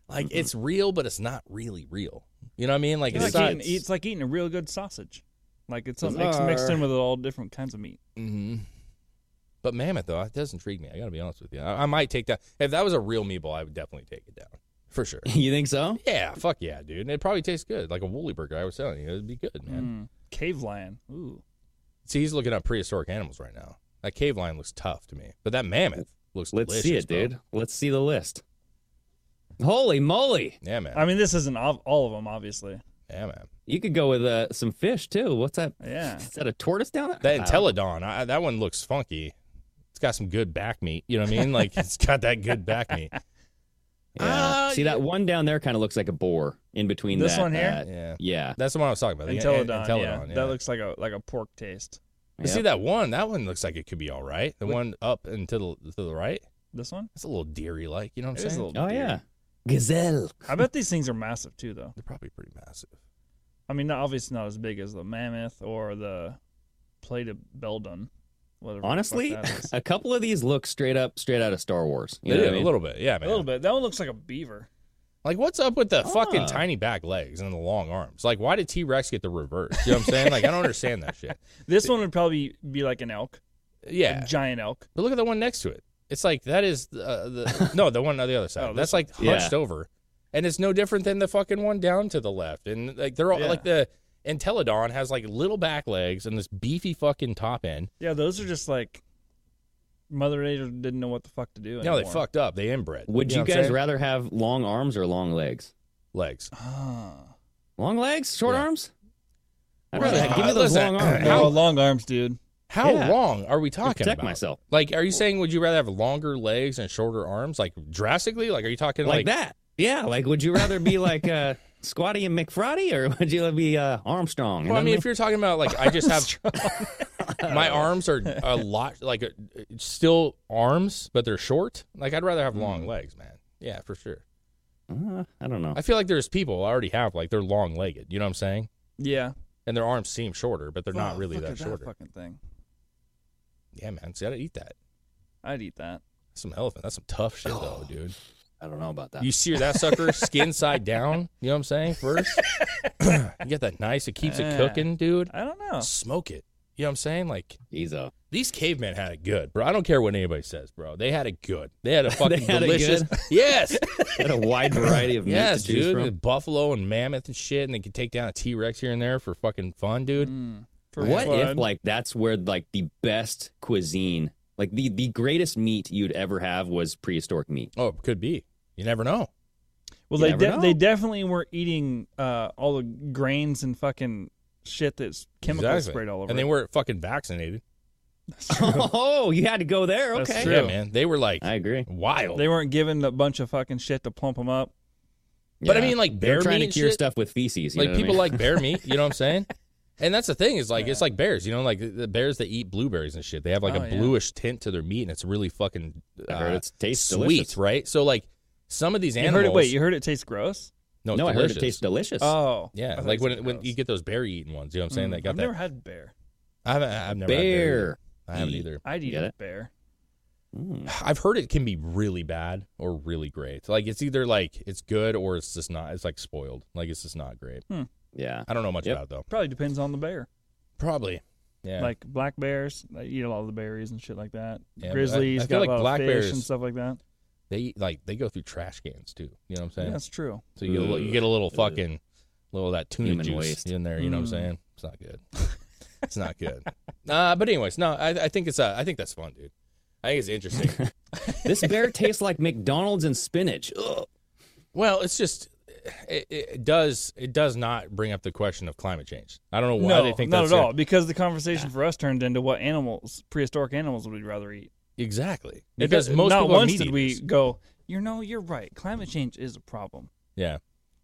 G: Like it's real, but it's not really real. You know what I mean? Like
H: It's,
G: it's
H: like
G: not.
H: eating, it's like eating a real good sausage. Like it's something mixed, mixed in with all different kinds of meat.
G: Mhm. But mammoth though, that does intrigue me. I got to be honest with you. I, I might take that if that was a real meatball. I would definitely take it down for sure.
I: You think so?
G: Yeah, fuck yeah, dude. And it probably tastes good, like a woolly burger. I was telling you, it'd be good, man.
H: Mm. Cave lion. Ooh.
G: See, he's looking up prehistoric animals right now. That cave lion looks tough to me, but that mammoth looks.
I: Let's see
G: delicious,
I: it,
G: bro.
I: dude. Let's see the list. Holy moly!
G: Yeah, man.
H: I mean, this isn't all, all of them, obviously.
G: yeah, man.
I: You could go with uh, some fish too. What's that?
H: Yeah.
I: Is that a tortoise down there?
G: That
I: I don't-
G: Entelodon, I, that one looks funky. It's got some good back meat. You know what I mean? Like it's got that good back meat.
I: Yeah.
G: Ah,
I: See that one down there kind of looks like a boar in between.
H: This
I: that,
H: one here?
I: that-
G: Yeah,
I: yeah.
G: that's the one I was talking about. The
H: Entelodon.
G: An-
H: yeah.
G: Entelodon,
H: That looks like a like a pork taste.
G: But See that one? That one looks like it could be all right. The one up and to the to the right.
H: This one?
G: That's a little deery like. You know what I'm
H: It is a
G: saying?
H: little
I: Oh
H: deer.
I: yeah. Gazelle.
H: I bet these things are massive too, though.
G: They're probably pretty massive.
H: I mean, not obviously not as big as the mammoth or the plated beldun. whatever the fuck
I: Honestly,
H: that is.
I: a couple of these look straight up, straight out of Star Wars. You
G: They
I: know
G: do,
I: what I mean?
G: a little bit. Yeah, man.
H: a little bit. That one looks like a beaver.
G: Like, what's up with the fucking
I: Ah.
G: tiny back legs and the long arms? Like, why did T Rex get the reverse? You know what I'm saying? Like, I don't understand that shit.
H: This one would probably be like an elk,
G: Yeah.
H: a giant elk.
G: But look at the one next to it. It's like, that is uh, the. No, the one on the other side.
H: Oh,
G: That's
H: this one.
G: like hunched
I: Yeah.
G: over. And it's no different than the fucking one down to the left. And, like, they're all
H: Yeah.
G: like the Entelodon has like little back legs and this beefy fucking top end.
H: Yeah, those are just like Mother Nature didn't know what the fuck to do.
G: No, they
H: anymore.
G: fucked up. They inbred.
I: Would you,
G: know what I'm
I: guys
G: saying?
I: rather have long arms or long legs?
G: legs?
H: Ah.
I: Long legs, short
G: Yeah.
I: arms. I'd
G: Well,
I: rather
G: uh,
I: give me those
G: listen,
I: long arms.
H: No,
G: How-
H: long arms, dude.
G: How
I: Yeah.
G: wrong are we talking
I: protect
G: about?
I: myself.
G: Like, are you saying would you rather have longer legs and shorter arms, like drastically? Like, are you talking
I: like, that. Yeah, like would you rather be like uh, Squatty and McFrotty, or would you be uh, Armstrong? You
G: Well, I
I: know
G: mean,
I: what
G: if you're talking about like I just have my arms are a lot like uh, still arms, but they're short. Like I'd rather have long legs, man. Yeah, for sure.
I: Uh, I don't know.
G: I feel like there's people I already have like they're long legged. You know what I'm saying?
H: Yeah,
G: And their arms seem shorter, but they're not
H: Oh,
G: really
H: look
G: that
H: at
G: shorter.
H: fucking thing.
G: Yeah, man. See, I'd eat that.
H: I'd eat that.
G: That's some elephant. That's some tough shit, though, dude.
I: I don't know about that.
G: You sear that sucker skin side down. You know what I'm saying? First, you get that nice. It keeps it
H: Yeah.
G: cooking, dude.
H: I don't know.
G: Smoke it. You know what I'm saying? Like
I: He's a
G: These cavemen had it good, bro. I don't care what anybody says, bro. They had it good. They had a fucking
I: had it
G: delicious.
I: good?
G: Yes,
I: had a wide variety of meat
G: yes,
I: to choose
G: dude.
I: from.
G: With Buffalo and mammoth and shit, and they could take down a T Rex here and there for fucking fun, dude.
I: Mm.
H: For
I: what
H: fun.
I: if like that's where like the best cuisine, like the the greatest meat you'd ever have was prehistoric meat?
G: Oh, it could be. You never know.
H: Well,
I: You
H: they
I: never
H: de- they
I: know.
H: definitely were eating uh, all the grains and fucking shit that's chemicals
G: Exactly.
H: sprayed all over.
G: and they
H: it.
G: weren't fucking vaccinated.
I: oh, you had to go there.
H: That's
I: Okay,
H: true.
G: Yeah, man. They were like
I: I agree.
G: wild.
H: They weren't given a bunch of fucking shit to plump them up.
G: But I
I: Yeah.
G: mean, like,
I: they're
G: bear
I: trying
G: meat
I: to
G: and
I: cure
G: shit?
I: stuff with feces. you know
G: like
I: what I
G: people
I: mean?
G: like bear meat. You know what I'm saying? And that's the thing is like it's like bears. You know, like the- the bears that eat blueberries and shit. They have like
H: Oh,
G: a
H: yeah.
G: bluish tint to their meat, and it's really fucking.
I: I heard
G: uh,
I: it tastes
G: sweet,
I: delicious.
G: right? So like some of these
H: You
G: animals.
H: heard it. Wait, you heard it taste gross?
G: no, it's
I: no, I heard
G: delicious.
I: it tastes delicious.
H: Oh, I
G: Yeah,
H: thought
G: like
H: it
G: when
H: said
G: when
H: gross.
G: you get those bear eating ones. You know what I'm saying?
H: Mm,
G: They got
H: I've
G: that.
H: never had bear.
G: I haven't. I've never had
I: bear.
G: I haven't
I: eat.
G: either.
H: I'd eat
I: Get
H: a
I: it?
H: bear.
G: I've heard it can be really bad or really great. Like it's either like it's good or it's just not. It's like spoiled. Like it's just not great.
I: Yeah.
G: I don't know much
I: Yep.
G: about it, though.
H: Probably depends on the bear.
G: Probably. Yeah.
H: Like black bears, they eat a lot of the berries and shit like that.
G: Yeah, but I-
H: Grizzlies,
G: I feel
H: got
G: like
H: a lot
G: black
H: of fish and
G: bears-
H: stuff like that.
G: they eat, like they go through trash cans too. You know what I'm saying?
H: That's true.
G: So you get, a little, you get a little fucking little of that tuna
I: Human
G: juice
I: waste.
G: in there. You know what I'm saying?
H: Mm.
G: It's not good. it's not good. Uh, but anyways, no, I, I think it's uh, I think that's fun, dude. I think it's interesting.
I: this bear tastes like McDonald's and spinach. Ugh.
G: well, it's just it, it does it does not bring up the question of climate change. I don't know why
H: no,
G: they think
H: not
G: that's
H: at
G: gonna-
H: all. Because the conversation for us turned into what animals, prehistoric animals, would we rather eat?
G: Exactly
H: It
G: because
H: does-
G: most
H: not
G: people are
H: once
G: meat
H: did we
G: eaters.
H: go. You know, you're right. Climate change is a problem.
G: Yeah,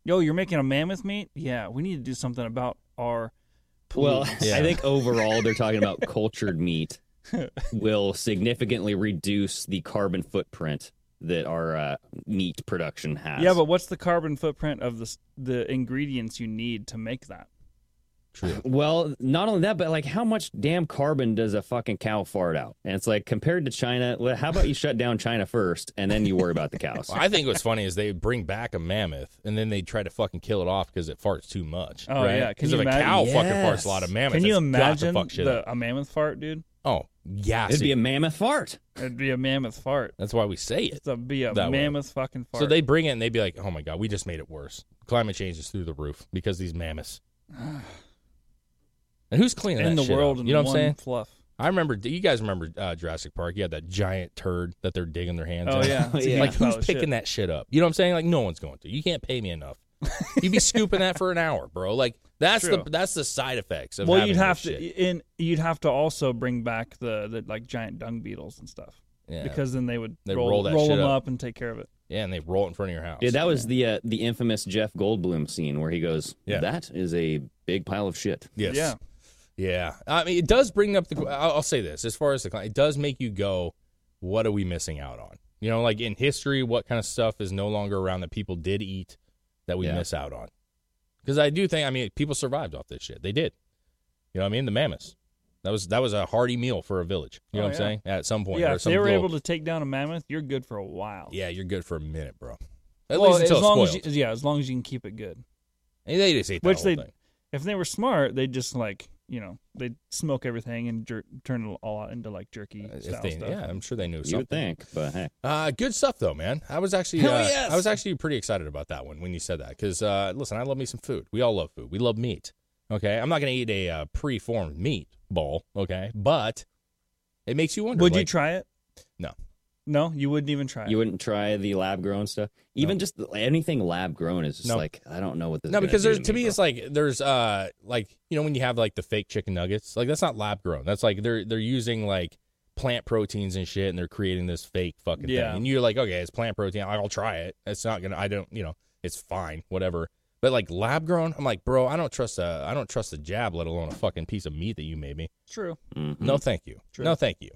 H: Yo, you're making a mammoth meat. Yeah, we need to do something about our.
I: Well,
G: Yeah.
I: I think overall they're talking about cultured meat will significantly reduce the carbon footprint that our uh, meat production has.
H: Yeah, but what's the carbon footprint of the s- the ingredients you need to make that?
G: true.
I: Well, not only that, but like how much damn carbon does a fucking cow fart out? And it's like compared to China, well, how about you shut down China first and then you worry about the cows?
G: I think what's funny is they bring back a mammoth and then they try to fucking kill it off because it farts too much.
H: Oh,
G: right?
H: yeah. Can
G: because
H: you
G: if a
H: imagine-
G: cow fucking
I: Yes.
G: farts a lot of mammoths,
H: Can you
G: it's got to
H: imagine
G: fuck shit
H: the,
G: up.
H: a mammoth fart, dude?
G: Oh yeah,
I: It'd be
G: see,
I: a mammoth fart.
H: It'd be a mammoth fart.
G: that's why we say it.
H: It'd be a
G: That way.
H: mammoth fucking fart.
G: So they bring it and they'd be like, "Oh my god, we just made it worse. Climate change is through the roof because these mammoths." And who's cleaning
H: in
G: that
H: the
G: shit
H: world
G: up?
H: in
G: You know what I'm
H: one
G: saying?
H: fluff.
G: I remember. do You guys remember uh, Jurassic Park? You had that giant turd that they're digging their hands.
H: Oh
G: in.
H: yeah, It's a
I: Yeah.
G: Like
H: huge
G: who's
H: pile of
G: picking
H: shit.
G: that shit up? You know what I'm saying? Like no one's going to. You can't pay me enough. You'd be scooping that for an hour, bro. Like that's
H: True.
G: the that's the side effects of
H: Well,
G: having
H: you'd have
G: this
H: to,
G: shit.
H: in you'd have to also bring back the, the like giant dung beetles and stuff
G: Yeah.
H: because then they would
G: They
H: roll,
G: roll that shit
H: them
G: up.
H: up and take care of it.
G: yeah, and they roll it in front of your house.
I: Yeah, that was the uh, the infamous Jeff Goldblum scene where he goes,
G: Yeah.
I: "That is a big pile of shit."
G: yes.
H: Yeah,
G: Yeah, I mean, it does bring up the. I'll, I'll say this: as far as the, cli- it does make you go, what are we missing out on? You know, like in history, what kind of stuff is no longer around that people did eat that we
I: Yeah.
G: miss out on? Because I do think, I mean, people survived off this shit. They did. You know, what I mean, the mammoths. That was that was a hearty meal for a village. You know
H: Oh,
G: what I'm
H: yeah.
G: saying? At some point,
H: yeah.
G: or
H: If
G: some
H: they were
G: little-
H: able to take down a mammoth, you're good for a while.
G: Yeah, you're good for a minute, bro. At
H: well,
G: least until
H: as long
G: it's
H: as
G: spoiled.
H: you, yeah, as long as you can keep it good.
G: And they just ate that
H: Which
G: whole
H: they,
G: thing.
H: if they were smart, they'd just like you know they'd smoke everything and jer- turn it all out into like jerky
G: Uh, If
H: style
G: they-
H: stuff.
G: yeah, I'm sure they knew
I: You
G: something.
I: would think, but hey,
G: Uh, good stuff though, man. I was actually,
I: Hell
G: uh,
I: yes!
G: I was actually pretty excited about that one when you said that because uh, listen, I love me some food. We all love food. We love meat. Okay, I'm not gonna eat a uh, pre-formed meat ball. Okay, but it makes you wonder.
H: Would you
G: like-
H: try it?
G: No.
H: No, you wouldn't even try it.
I: you wouldn't try the lab grown stuff. Even just the- anything lab grown is just
G: No.
I: like I don't know what this. is
G: No,
I: gonna
G: because
I: do
G: there's to me,
I: bro.
G: it's like there's uh like you know when you have like the fake chicken nuggets, like that's not lab grown. That's like they're they're using like plant proteins and shit, and they're creating this fake fucking
H: Yeah.
G: thing. And you're like, okay, it's plant protein. I'll try it. It's not gonna. I don't. You know, it's fine. Whatever. But like lab grown, I'm like, bro, I don't trust a I don't trust a jab, let alone a fucking piece of meat that you made me.
H: True.
I: Mhm.
G: No, thank you.
H: True.
G: No, thank you.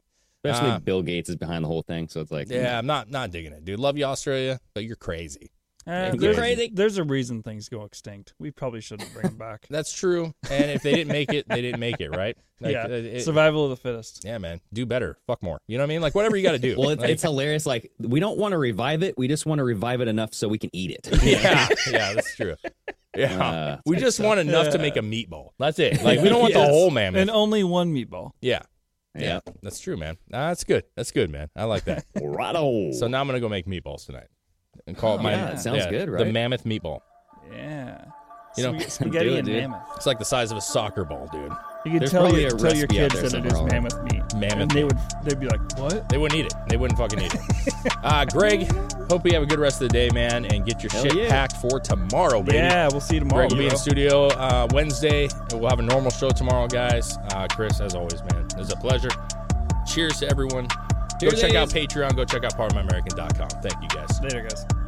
I: Especially
G: Uh,
I: Bill Gates is behind the whole thing, so it's like
G: Yeah, I'm not not digging it, dude. Love you, Australia, but you're crazy.
H: Eh,
I: You're
H: there's,
I: crazy.
H: there's a reason things go extinct. We probably shouldn't bring them back.
G: That's true. And if they didn't make it, they didn't make it, right? Like,
H: yeah,
G: it- it-
H: survival of the fittest.
G: Yeah, man. Do better. Fuck more. You know what I mean? Like whatever you got to do.
I: Well, it's,
G: Like,
I: it's hilarious. Like we don't want to revive it. We just want to revive it enough so we can eat it.
G: yeah, yeah, that's true. Yeah,
I: Uh,
G: we just want enough to make a meatball. That's it. Like we don't want the
H: Yes.
G: whole mammoth.
H: And only one meatball.
G: yeah.
I: yeah.
G: that's true, man. Ah, that's good. That's good, man. I like that.
I: Righto.
G: so now I'm gonna go make meatballs tonight and call it my.
I: Oh, yeah, it sounds good,
G: The
I: right?
G: mammoth meatball.
H: Yeah.
G: You know-
H: Spag- spaghetti
I: Do it,
H: and
I: dude.
H: mammoth.
G: It's like the size of a soccer ball, dude.
H: You could
I: There's
H: tell,
I: probably
H: you,
I: a
H: tell your
I: recipe out
H: kids
I: there
H: that it is
I: somewhere
H: mammoth meat.
G: Mammoth
H: And they would they'd be like, "What?"
G: They wouldn't eat it. They wouldn't fucking eat it. Uh, Greg, hope you have a good rest of the day, man, and get your
I: Hell
G: shit
I: yeah.
G: packed for tomorrow, baby.
H: Yeah, we'll see you tomorrow.
G: Greg will be in
H: bro.
G: studio uh, Wednesday. and We'll have a normal show tomorrow, guys. Uh, Chris, as always, man, it was a pleasure. Cheers to everyone. Go
I: Cheers.
G: check out Patreon. Go check out partofmyamerican.com. Thank you, guys.
H: Later, guys.